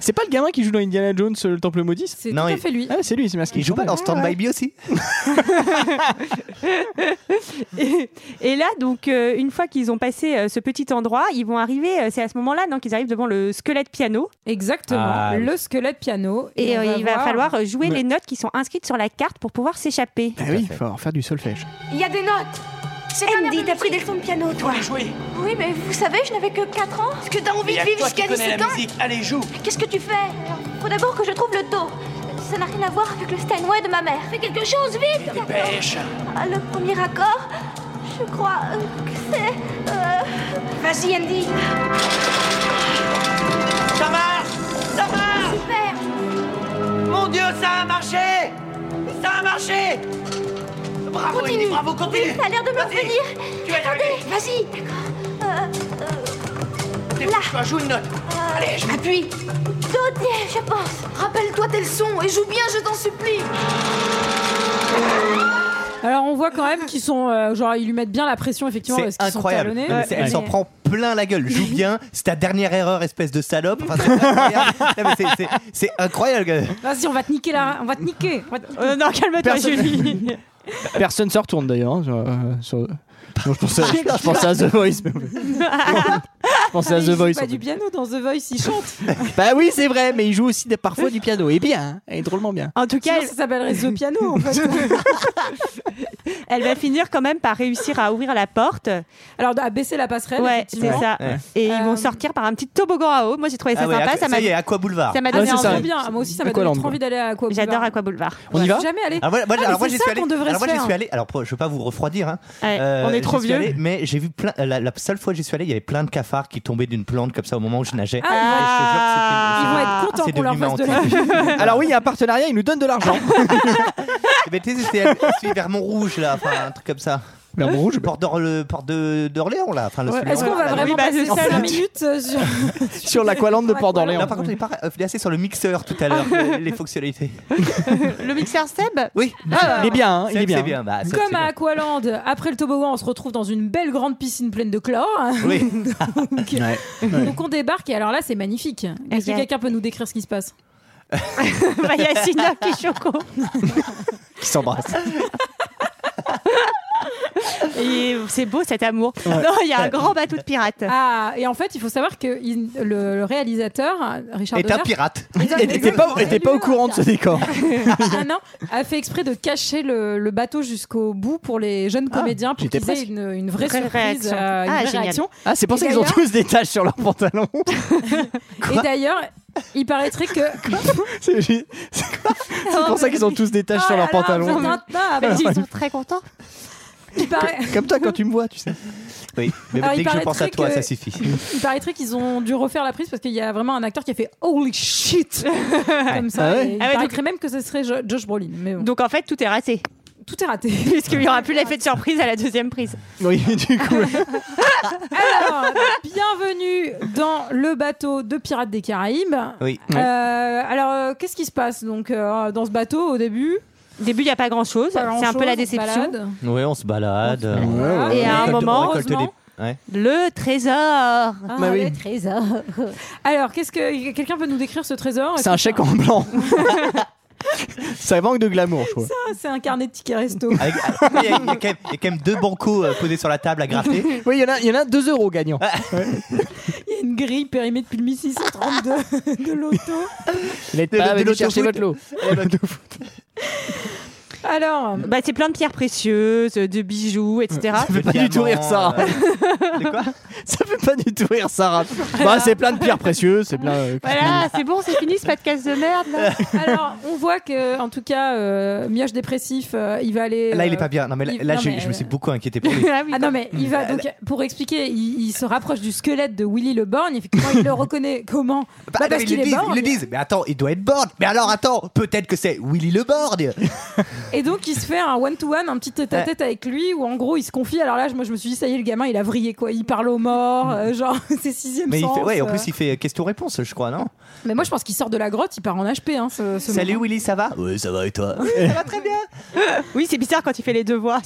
C'est pas le gamin qui joue dans Indiana Jones, euh, le Temple maudit C'est Non, tout à il- fait lui. Ah, c'est lui, c'est masqué. Il joue pas dans Stand By Me aussi et, et là, donc, euh, une fois qu'ils ont passé euh, ce petit endroit, ils vont arriver, euh, c'est à ce moment-là non, qu'ils arrivent devant le squelette piano. Exactement, Ah, oui. le squelette piano. Et, on euh, il va voir- falloir jouer Mais- les notes qui sont inscrites sur la carte pour pouvoir s'échapper. Ah oui, il faut en faire du solfège. Il y a des notes. C'est Andy, t'as pris des leçons de piano, toi. Oui, mais vous savez, je n'avais que 4 ans. Est-ce que t'as envie de vivre jusqu'à 17 ans allez, joue Qu'est-ce que tu fais Faut d'abord que je trouve le taux. Ça n'a rien à voir avec le Steinway de ma mère. Fais quelque chose, vite Pêche Ah, Le premier accord, je crois euh, que c'est... euh, Vas-y, Andy. Ça marche Ça marche Super Mon Dieu, ça a marché Ça a marché Bravo, Continue. Ellie, bravo, continue Ça a l'air de me Vas-y. revenir. Tu vas y Attendez, arriver. Eh, vas-y. D'accord. Euh, Dépêche-toi, joue une note euh, Allez, je- Appuie. Do dièse, je pense. Rappelle-toi tes leçons et joue bien, je t'en supplie. Alors on voit quand même qu'ils sont. euh, genre ils lui mettent bien la pression effectivement parce C'est qu'ils sont incroyable. talonnés. Non, mais c'est- Mais- Elle s'en prend plein la gueule. Joue bien. C'est ta dernière erreur, espèce de salope. Enfin, c'est incroyable. Non, mais c'est- c'est- C'est incroyable. Vas-y, on va te niquer là, on va te niquer. on va te niquer. Euh, non, calme-toi, Personne- Julie. Personne se retourne d'ailleurs. hein, sur- euh, sur- Non, je, Ah, pensais, je, je pensais à The Voice. mais- je pensais à Ah, Mais il The joue Voice. en pas fait. du piano dans The Voice, il chante. Bah oui, c'est vrai, mais il joue aussi des- parfois du piano. Et bien, hein, et drôlement bien. En tout cas, Sinon, elle, ça s'appellerait The Piano en fait. elle va finir quand même par réussir à ouvrir la porte. Alors à baisser la passerelle. Ouais, c'est effectivement. ça. Ouais. Et Euh, ils vont sortir par un petit toboggan à eau. Moi, j'ai trouvé ça Ah ouais, sympa. Aqua- ça m'a y est, Aqua Boulevard. ça m'a Ah, donné c'est c'est envie. ça. trop bien. Moi aussi, ça m'a donné Aqualand. trop envie d'aller à Aqua. J'adore Aqua Boulevard. On y Ouais, va j'ai jamais allé. Ah, moi, moi, Ah, alors mais moi c'est j'y ça suis allé. qu'on devrait Alors moi se j'y faire. suis allé. Alors pour- je veux pas vous refroidir. hein. Ouais, on est j'y trop suis vieux. allé, mais j'ai vu plein. La, la seule fois que j'y suis allé, il y avait plein de cafards qui tombaient d'une plante comme ça au moment où je nageais. Ah, ils vont- Et ils je te jure que c'était- vont Ah, être contents Ah, c'est qu'on leur devenu ma fasse de hantise. la Alors oui, il y a un partenariat, il nous donne de l'argent. Mais tu sais, c'était c'était vers Montrouge là, enfin un truc comme ça. Vers Montrouge, Le port d'Or- le port de- d'Orléans là. Enfin, le- celui Est-ce qu'on va d'Orléans, là. vraiment bah, passer c'est ça, 5 le- minutes euh, sur Ah, sur l'Aqualand de Port d'Orléans. Là, par contre, on est pas euh, assez sur le mixeur tout à l'heure, les- les fonctionnalités. Le mixeur Seb Oui, Il est bien, hein, il est bien. C'est bien. bah, c'est- c'est Comme à bien. Aqualand, après le toboggan, on se retrouve dans une belle grande piscine pleine de chlore. Oui. Donc, donc on débarque et alors là c'est magnifique. Est-ce que Ok. quelqu'un peut nous décrire ce qui se passe Bah, Il y a Sina qui est choco. Qui s'embrasse. Et C'est beau cet amour. Non, il y a un grand bateau de pirates. Ah et en fait il faut savoir que il- le, le réalisateur Richard Est un Donner pirate. Et t'es pas, et t'es pas au courant de ce décor. ah non, a fait exprès de cacher le, le bateau jusqu'au bout pour les jeunes comédiens pour Ah, j'étais qu'ils aient une, une vraie Vraie surprise, réaction. euh, une Ah, vraie génial. réaction. Ah, c'est pour Et ça qu'ils ont d'ailleurs- tous des taches sur leurs pantalons. Et d'ailleurs il paraîtrait que C'est c'est- c'est pour ça qu'ils ont tous des taches sur Oh là là, leurs pantalons. vous êtes intenable. Mais Ils sont très contents. ah, bah, Il paraît- Comme toi quand tu me vois, tu sais. Oui, mais Alors, il dès que je paraîtrait pense à toi, que- ça suffit. Il paraîtrait qu'ils ont dû refaire la prise parce qu'il y a vraiment un acteur qui a fait Holy shit comme ça. Ah ouais Et il Ah ouais, paraîtrait même que ce serait Jo- Josh Brolin, mais bon. Donc en fait, tout est raté. tout est raté. Puisqu'il n'y aura plus l'effet de Ah, surprise à la deuxième prise. Oui, du coup. Alors, bienvenue dans le bateau de Pirates des Caraïbes. Oui. Euh, alors, euh, qu'est-ce qui se passe donc euh, dans ce bateau au début Au début, il n'y a pas grand-chose. Pas C'est un peu grand-chose, la on se déception. balade. Oui, on se balade. euh, Voilà. Et à un récolte- on moment, récolte heureusement- des- ouais. Le trésor. Ah, Bah oui. le trésor. Alors, qu'est-ce que quelqu'un peut nous décrire ce trésor C'est un chèque en blanc. Ça manque de glamour, je trouve. Ah, C'est un carnet de tickets resto. Avec- ah, Il y, a- il y a quand même- il y a quand même deux bancos euh, posés sur la table à gratter. Oui, il y en a- il y en a 2 euros gagnants. Il y a une grille périmée depuis le 1632 de l'auto. N'êtes Le- pas de l'autofoot. venu Eh ben, chercher votre lot. Eh ben, Alors, bah, c'est plein de pierres précieuses, de bijoux, etc. Ça fait pas du tout rire Sarah. euh, Euh, Ça fait pas du tout rire Sarah. Bah, c'est plein de pierres précieuses, c'est plein. euh, Voilà, c'est bon, c'est fini ce podcast de merde. Là. Alors, on voit que, en tout cas, euh, Mioche dépressif, euh, il va aller. Là, il euh, est pas bien. Non, mais là, il- là, non, je, mais- euh, je me suis beaucoup inquiété pour lui. Bah, ah non mais il va donc pour expliquer, il, il se rapproche du squelette de Willy le Borgne. Effectivement, il le reconnaît. Comment Bah, Bah, non, parce mais qu'il ils, le est disent, borgne. ils le disent. Mais attends, il doit être borgne. Mais alors, attends, peut-être que c'est Willy le borgne. Et donc il se fait un one to one, un petit tête à tête avec lui où en gros il se confie. Alors là, je- moi je me suis dit ça y est, le gamin il a vrillé quoi. Il parle aux morts, euh, genre c'est sixième Mm. Mais il sens. fait, ouais, en euh. plus, il fait question-réponse, je crois, non Mais moi je pense qu'il sort de la grotte, il part en HP. Hein, ce, ce Salut moment. Willy, ça va Oui, ça va et toi Oui, c'est bizarre quand il fait les devoirs.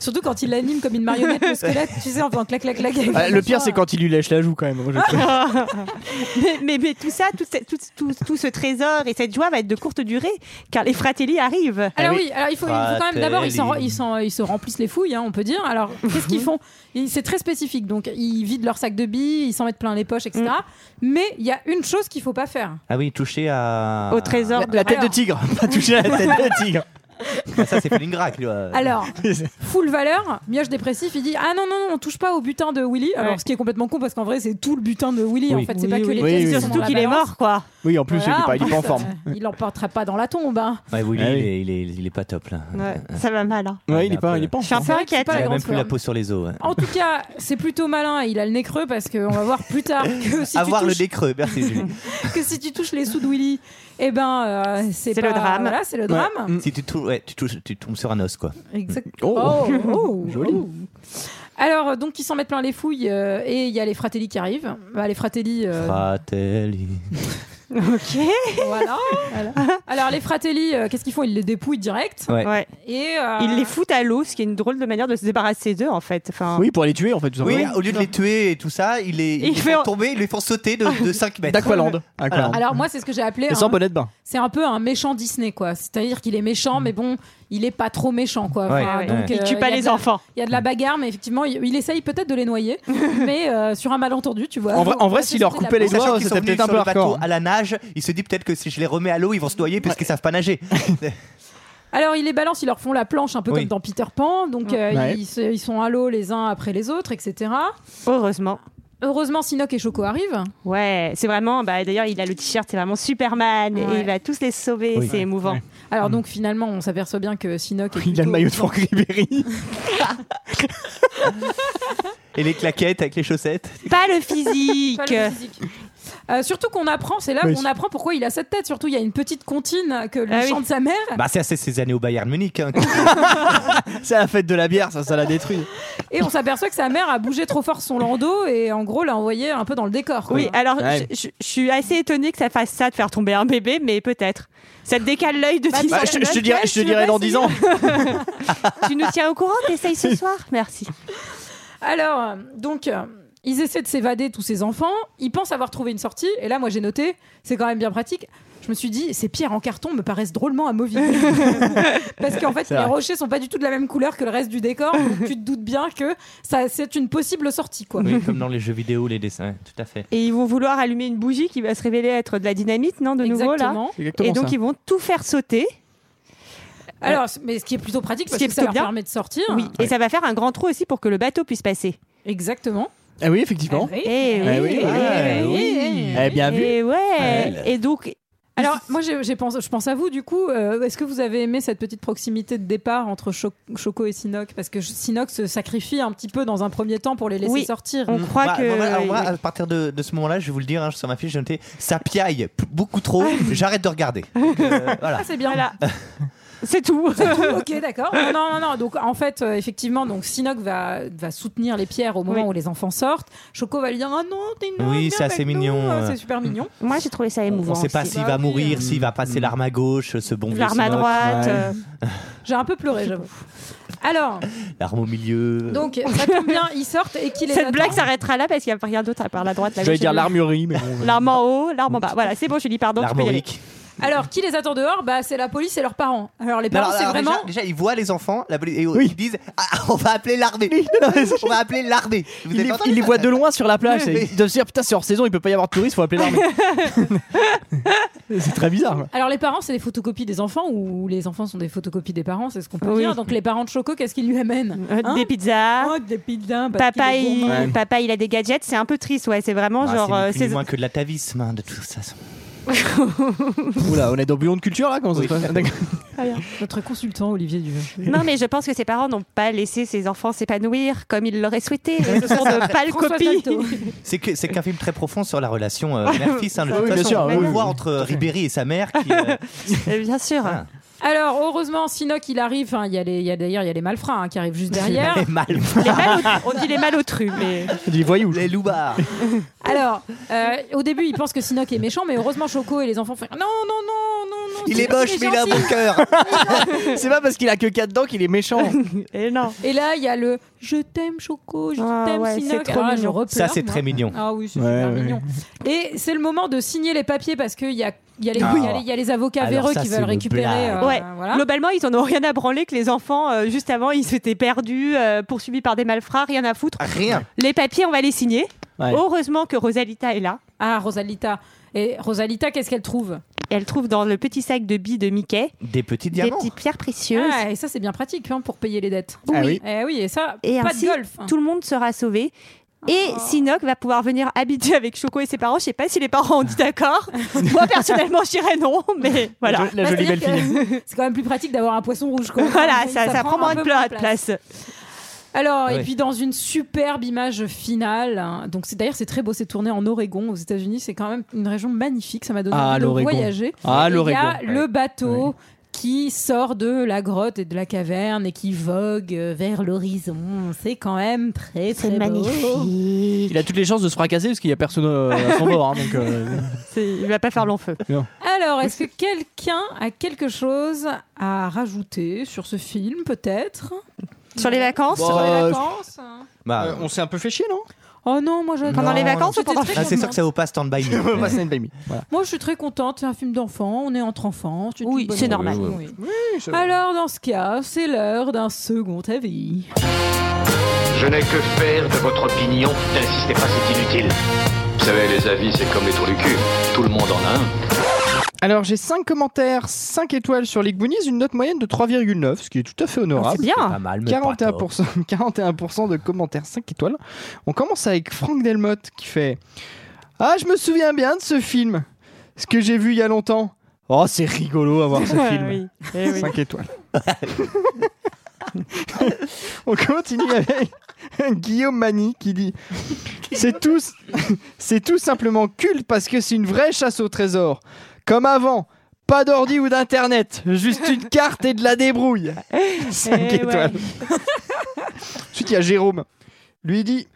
Surtout quand il l'anime comme une marionnette le squelette, tu sais, en faisant clac clac clac. Ah, le pire, c'est quand il lui lèche la joue quand même. Moi, je- mais, mais- mais tout ça, tout, ce- tout- tout- tout ce trésor et cette joie va être de courte durée car les fratelli arrivent. Ah Alors Ah oui, alors il faut, il faut quand même d'abord ils, s'en- ils s'en- ils se remplissent les fouilles, hein, on peut dire. Alors qu'est-ce qu'ils font Ils- C'est très spécifique, donc ils vident leur sac de billes, ils s'en mettent plein les poches, etc. Mm. Mais il y a une chose qu'il faut pas faire. Ah oui, touché à. Au trésor La- de- La tête de Alors- tigre. Pas touché à la tête de tigre. Ah, ça, c'est Felingrac, lui. euh. Alors, full valeur, mioche dépressif, il dit Ah non, non, non, on touche pas au butin de Willy. Alors, ce qui est complètement con parce qu'en vrai, c'est tout le butin de Willy. Oui. En fait, c'est Oui, pas que oui. les Oui, pièces oui. qui sont Surtout dans la qu'il est balance. mort, quoi. Oui, en plus, Voilà, il est pas, il est pas en plus, forme. euh, Il l'emportera pas dans la tombe. hein. Ouais, Willy, Ah oui. il, est, il, est, il est pas top, là. Ouais, ça va mal. hein. Ouais, il est pas, il est pas en Je suis un forme. peu vrai que c'est inquiète. pas la Il a grande même plus la forme. peau sur les os. ouais. En tout cas, c'est plutôt malin. Il a le nez creux parce qu'on va voir plus tard que si, tu Avoir le touches, nez creux, merci Julie. que si tu touches les sous de Willy, eh ben, euh, c'est C'est pas- le drame. Voilà, c'est le drame. si tu, tou- ouais, tu, touches- tu tombes sur un os, quoi. Exact. Oh. oh, Joli. oh. Alors, donc, ils s'en mettent plein les fouilles euh, et il y a les fratelli qui arrivent. Bah, les fratelli. euh, Fratelli. Ok. Voilà. Voilà. Alors les fratelli, euh, qu'est-ce qu'ils font Ils les dépouillent direct. Ouais. Ouais. Et euh, Ils les foutent à l'eau, ce qui est une drôle de manière de se débarrasser d'eux, en fait. Enfin, Oh. Oui, pour aller tuer en fait. tout Oui, simplement. au lieu de les tuer et tout ça, il les, il Il les fait- font tomber, ils les font sauter de, 5 mètres. D'Aqualand. Aqualand. alors moi, c'est ce que j'ai appelé. Et sans un- bonnet de bain. C'est un peu un méchant Disney, quoi. C'est-à-dire qu'il est méchant, mais bon, il est pas trop méchant, quoi. Ouais, Enfin, ouais. donc, Ils euh, tuent pas il y a les de la- enfants. Il y a de la bagarre, mais effectivement, il, il essaye peut-être de les noyer, mais euh, sur un malentendu, tu vois. En vrai- en On vrai, va s'il se leur sauter de la coupait les bouche. doigts, Sachant qu'ils c'était sont venus peut-être un sur peu le bateau hardcore. à la nage, il se dit peut-être que si je les remets à l'eau, ils vont se noyer parce qu'ils savent pas nager. Alors, ils les balancent, ils leur font la planche, un peu Oui. comme dans Peter Pan. Donc, euh, Ouais. ils, se- ils sont à l'eau les uns après les autres, etc. Heureusement. Heureusement, Sinoc et Choco arrivent. Ouais, c'est vraiment. Bah, D'ailleurs, il a le t-shirt, c'est vraiment Superman. Ouais. Et il va tous les sauver, Oui. c'est émouvant. Alors, donc, finalement, on s'aperçoit bien que Sinoc. est Mm. Il a le plutôt- maillot de Franck Ribéry. Et les claquettes avec les chaussettes. Pas le physique. Pas le physique. Euh, surtout qu'on apprend, c'est là Oui. où on apprend pourquoi il a cette tête. Surtout, il y a une petite comptine que le Ah oui. chant de sa mère. Bah, c'est assez ces années au Bayern Munich. hein. C'est la fête de la bière, ça, ça l'a détruit. Et on s'aperçoit que sa mère a bougé trop fort son landau et en gros l'a envoyé un peu dans le décor. quoi. Oui, alors Ouais. je, je- je suis assez étonnée que ça fasse ça de faire tomber un bébé, mais peut-être. Ça te décale l'œil de Bah, Disney. Bah, je, je te dirai, je te dirai dans 10 ans. Tu nous tiens au courant, t'essayes ce soir Merci. Alors, euh, donc. euh, Ils essaient de s'évader tous ces enfants, ils pensent avoir trouvé une sortie, et là moi j'ai noté, c'est quand même bien pratique, je me suis dit ces pierres en carton me paraissent drôlement amovibles. Parce qu'en fait C'est les vrai. rochers sont pas du tout de la même couleur que le reste du décor, donc tu te doutes bien que ça c'est une possible sortie quoi. Oui, comme dans les jeux vidéo, les dessins, ouais, tout à fait. Et ils vont vouloir allumer une bougie qui va se révéler être de la dynamite, non De nouveau, là Exactement. Exactement Et donc, ça. ils vont tout faire sauter. Alors, c- mais ce qui est plutôt pratique, Ce parce qui est que ça plutôt leur bien. permet de sortir. hein. Oui. Et ça va faire un grand trou aussi pour que le bateau puisse passer. Exactement. Ah oui, effectivement. Eh Ah oui, eh ah oui. oui. Eh bien vu. Et ouais. Et donc, Alors, moi, j'ai- j'ai pensé- je pense à vous, du coup. euh, Est-ce que vous avez aimé cette petite proximité de départ entre Cho- Choco et Sinoc Parce que Ch- Sinoc se sacrifie un petit peu dans un premier temps pour les laisser Oui. sortir. on croit Bah, que. moi, alors, moi, à partir de, de ce moment-là, je vais vous le dire, hein, sur ma fiche, j'ai noté ça piaille p- beaucoup trop, j'arrête de regarder. Euh, voilà. Ah, c'est bien. euh, C'est tout. ok, d'accord. Non, non, non, non. Donc, en fait, euh, effectivement, donc Sinoc va, va soutenir les pierres au moment Oui. où les enfants sortent. Choco va lui dire Ah non, t'es une Oui, viens c'est assez avec nous, mignon, euh, euh. C'est super mignon. Moi, j'ai trouvé ça On émouvant. ne sait pas aussi. s'il Bah va oui. mourir, s'il va passer l'arme à gauche, ce bon vieux L'arme à Sinoc. droite. Ouais. euh, J'ai un peu pleuré, j'avoue. Alors, l'arme au milieu. donc, ça tombe bien, ils sortent et qu'il est. Cette blague s'arrêtera là parce qu'il n'y a rien d'autre à part la droite, la J'allais gauche. et dire le- l'armurerie, mais bon. L'arme en haut, l'arme en bas. Voilà, c'est bon, je dis pardon. tu peux y aller. L'armorique. Alors, qui les attend dehors Bah, c'est la police et leurs parents. Alors, les parents, Non, c'est alors, vraiment. Déjà, déjà, ils voient les enfants, la police- et ils disent Ah, on va appeler l'armée. on va appeler l'armée. Vous Il avez les, pas entendu il les ça voit de loin sur la plage. Oui, et Ils doivent se dire putain, c'est hors saison, il peut pas y avoir de touristes, faut appeler l'armée. c'est très bizarre. quoi. Alors, les parents, c'est des photocopies des enfants ou les enfants sont des photocopies des parents, c'est ce qu'on peut Oui. dire. Donc, les parents de Choco, qu'est-ce qu'ils lui amènent Euh, Hein Des pizzas. Oh, des pizzas. parce Papa qu'il est il, gourmand. papa, il a des gadgets, c'est un peu triste, ouais, c'est vraiment Ah, genre. c'est euh, ni plus ni c'est- moins que de l'atavisme hein, de toute façon. Oula, on est dans Bouillon de culture là quand Notre consultant, Olivier Duveux. Non, mais je pense que ses parents n'ont pas laissé ses enfants s'épanouir comme ils l'auraient souhaité. Ils sont de pâles François copies. Salto. C'est que c'est qu'un film très profond sur la relation euh, mère-fils. hein, de Ah toute oui, bien façon, sûr, on oui, le oui, voit oui. entre Ribéry et sa mère. Qui, euh, Euh, Bien sûr. Ah. Alors, heureusement, Sinoc, il arrive. Enfin, il y a les- il y a d'ailleurs, il y a les malfrats hein, qui arrivent juste derrière. est mal. Les malautrus- on dit les malautrus, mais. Les voyous. Les loubards. Alors, euh, au début, il pense que Sinoc est méchant, mais heureusement, Choco et les enfants font non, non, non, non, non. Il est Sinoc, moche, mais il a un gentil. bon cœur. C'est pas parce qu'il a que 4 dents qu'il est méchant. Et non. Et là, il y a le je t'aime, Choco, je Ah t'aime, ouais, Sinoc. c'est trop Ah, je mignon. repleure, Ça, c'est moi. très mignon. Ah oui, c'est Ouais, super ouais. mignon. Et c'est le moment de signer les papiers parce qu'il y a, il y a les- Ah. il y a les- il y a les avocats Alors véreux ça, qui c'est veulent une récupérer. blague. euh, Ouais. voilà. Globalement, ils en ont rien à branler que les enfants, euh, juste avant, ils s'étaient perdus, euh, poursuivis par des malfrats, rien à foutre. Rien. Les papiers, on va les signer. Ouais. Heureusement que Rosalita est là. Ah, Rosalita. Et Rosalita, qu'est-ce qu'elle trouve Elle trouve dans le petit sac de billes de Mickey Des petits des diamants. petites pierres précieuses. ah, Et ça, c'est bien pratique hein, pour payer les dettes. Ah oui. Eh oui, et ça, Et pas ainsi, de golf. hein. tout le monde sera sauvé. Et Sinoc va pouvoir venir habiter avec Choco et ses parents. Je sais pas si les parents ont dit d'accord. Moi, personnellement, je dirais non, mais voilà. La jolie Bah, belle c'est-à-dire fille. que C'est quand même plus pratique d'avoir un poisson rouge. Quoi. Voilà, ça, ça prend moins un de peu plat- place. Alors, Ah et Oui. puis dans une superbe image finale. hein, Donc, c'est d'ailleurs c'est très beau. C'est tourné en Oregon aux États-Unis. C'est quand même une région magnifique. Ça m'a donné Ah, envie de l'Oregon. voyager. Ah, Et il y l'Oregon. a le bateau. Qui sort de la grotte et de la caverne et qui vogue euh, vers l'horizon. C'est quand même très, très beau. Il a toutes les chances de se fracasser parce qu'il y a personne euh, à son bord. hein, donc, euh, C'est- Il va pas faire long feu. Alors, est-ce que quelqu'un a quelque chose à rajouter sur ce film, peut-être Sur les vacances Bon, Sur les euh, vacances hein Bah, euh, on s'est un peu fait chier, non Oh non, moi j'adore. pendant les vacances ou C'était pendant très ah, c'est sûr contente. que ça vaut pas Stand By Me. Bah, c'est une baby. Voilà. Moi je suis très contente, c'est un film d'enfant, on est entre enfants. c'est une Oui, bonne c'est chose. normal. Oui. Alors dans ce cas, c'est l'heure d'un second avis. Je n'ai que faire de votre opinion. N'insistez pas, c'est inutile. Vous savez, les avis, c'est comme les trous du cul. Tout le monde en a un. Alors, j'ai 5 commentaires, 5 étoiles sur les Goonies, une note moyenne de 3,9, ce qui est tout à fait honorable. C'est bien. Pas mal, mais pas top. 41%, 41% de commentaires 5 étoiles. On commence avec Franck Delmotte qui fait Ah, je me souviens bien de ce film. Ce que j'ai vu il y a longtemps. Oh, c'est rigolo à voir ce Ouais, film. oui. Eh oui. 5 étoiles. On continue avec Guillaume Mani qui dit C'est tout, c'est tout simplement culte parce que c'est une vraie chasse au trésor. Comme avant, pas d'ordi ou d'internet, juste une carte et de la débrouille. 5 Eh ouais. étoiles. Ensuite, il y a Jérôme. Lui il dit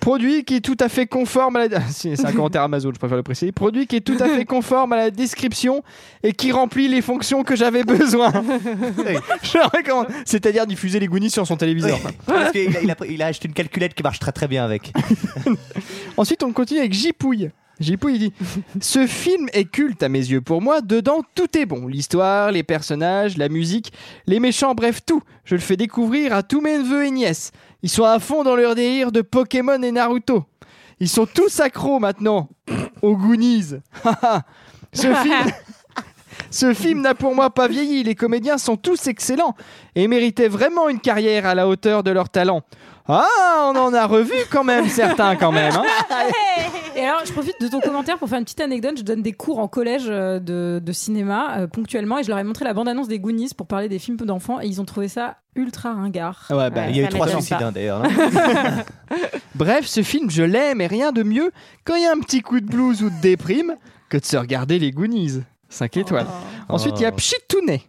Produit qui est tout à fait conforme à la. C'est c'est un commentaire Amazon, je préfère le préciser. Produit qui est tout à fait conforme à la description et qui remplit les fonctions que j'avais besoin. Je le recommande. C'est-à-dire diffuser les Goonies sur son téléviseur. Oui, Parce qu'il a, il a- il a acheté une calculette qui marche très très bien avec. Ensuite, on continue avec Jipouille. Jipouille il dit Ce film est culte à mes yeux. Pour moi, dedans, tout est bon. L'histoire, les personnages, la musique, les méchants, bref, tout. Je le fais découvrir à tous mes neveux et nièces. Ils sont à fond dans leur délire de Pokémon et Naruto. Ils sont tous accros maintenant aux Goonies. Ce film. Ce film n'a pour moi pas vieilli, les comédiens sont tous excellents et méritaient vraiment une carrière à la hauteur de leur talent. Ah, on en a revu quand même certains quand même. hein. Et alors je profite de ton commentaire pour faire une petite anecdote. Je donne des cours en collège euh, de, de cinéma euh, ponctuellement et je leur ai montré la bande-annonce des Goonies pour parler des films d'enfants et ils ont trouvé ça ultra ringard. Ouais, bah, Ouais. Il y a eu Ça trois m'étonne suicides pas. hein, d'ailleurs. non Bref, ce film, je l'aime et rien de mieux quand il y a un petit coup de blues ou de déprime que de se regarder les Goonies. 5 étoiles. Ensuite, il y a Oh. Pchitounet.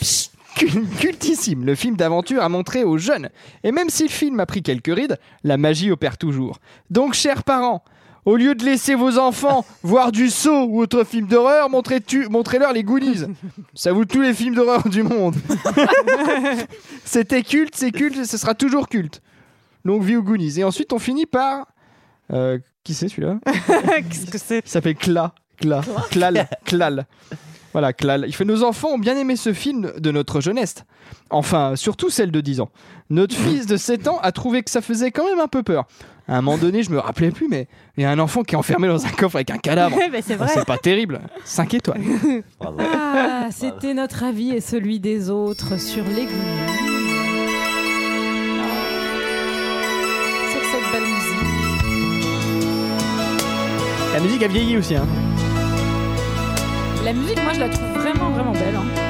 Pchit- Cultissime, le film d'aventure à montrer aux jeunes. Et même si le film a pris quelques rides, la magie opère toujours. Donc, chers parents, au lieu de laisser vos enfants voir du saut ou autre film d'horreur, montrez tu- montrez-leur les Goonies. Ça vaut tous les films d'horreur du monde. C'était culte, c'est culte, et ce sera toujours culte. Longue vie aux Goonies. Et ensuite, on finit par. euh, qui c'est celui-là Qu'est-ce que c'est Il s'appelle Cla. Cla, clal, clal. Voilà, clal. Il fait Nos enfants ont bien aimé ce film de notre jeunesse. Enfin, surtout celle de 10 ans. Notre fils de 7 ans a trouvé que ça faisait quand même un peu peur. À un moment donné, je me rappelais plus, mais il y a un enfant qui est enfermé dans un coffre avec un cadavre. Bah, c'est Ah, vrai. c'est pas terrible. 5 étoiles. Ah, c'était notre avis et celui des autres sur les Goonies. Sur cette belle musique. La musique a vieilli aussi. Hein. La musique, moi, je la trouve vraiment, vraiment belle. hein.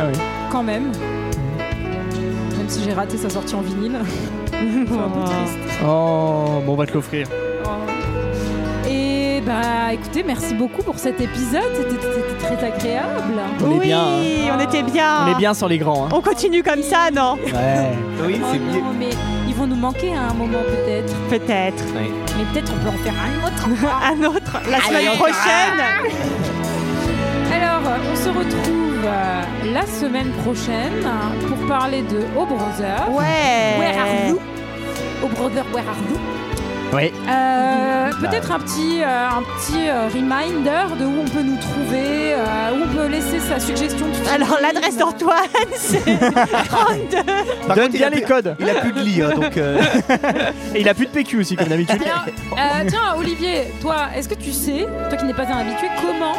Ah oui. Quand même. Même si j'ai raté sa sortie en vinyle. C'est un peu triste. Oh, bon, on va te l'offrir. Et bah écoutez, merci beaucoup pour cet épisode. C'était c'était très agréable. On est bien, hein. Oui, on était bien. On est bien sans les grands. hein. On continue comme ça, non Ouais. Oui, Oh c'est mieux. non, mais ils vont nous manquer à un moment peut-être. Peut-être. Mais peut-être on peut en faire un autre. Un autre, la semaine prochaine. Alors, on se retrouve euh, la semaine prochaine pour parler de Oh Brother. Ouais. Where are you Oh Brother, where are you Oui. Euh, Bah. Peut-être un petit, euh, un petit euh, reminder de où on peut nous trouver, euh, où on peut laisser sa suggestion. de film. Alors, l'adresse Bah. d'Antoine, Ah c'est 32. Par contre, Donne il bien a les plus- codes. Il a plus de lit, hein, donc. euh, Et il a plus de PQ aussi, comme d'habitude. Alors, euh, tiens, Olivier, toi, est-ce que tu sais, toi qui n'es pas un habitué, comment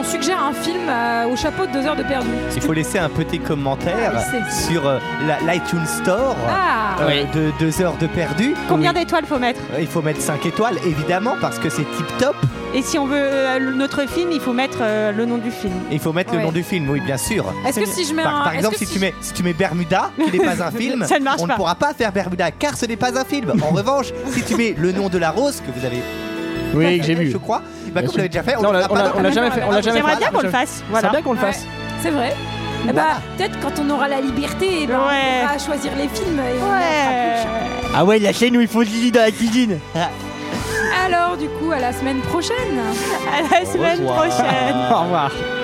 on suggère un film euh, au chapeau de deux heures de perdu Il faut laisser un petit commentaire Ah, je sais. sur euh, la- l'iTunes Store Ah euh, de deux heures de perdu. Euh, Combien d'étoiles faut mettre Il faut mettre 5 étoiles, évidemment, parce que c'est tip top. Et si on veut euh, le- notre film, il faut mettre euh, le nom du film. Il faut mettre Ouais. le nom du film, oui, bien sûr. Est-ce que si je mets Par, un. par est-ce exemple, que si, tu mets, si tu mets Bermuda, qui n'est pas un film, Ça ne marche on pas. ne pourra pas faire Bermuda car ce n'est pas un film. En revanche, si tu mets le nom de la rose que vous avez, Oui, que j'ai vu. je crois, bah, comme Bien sûr. vous l'avez déjà fait, on Non, on ne l'a- l'a on pas. l'a dans- on l'a jamais fait. On l'a jamais J'aimerais fait. Ah, bien qu'on le J'aimerais- fasse. J'aimerais Voilà. bien qu'on le fasse. C'est vrai. Eh Voilà. bah, peut-être quand on aura la liberté, eh ben, Ouais. on pourra choisir les films. et on en fera Ouais. Ah ouais, la chaîne où il faut du lit dans la cuisine. plus. Alors, du coup, à la semaine prochaine. À la semaine prochaine. Ah. Au revoir.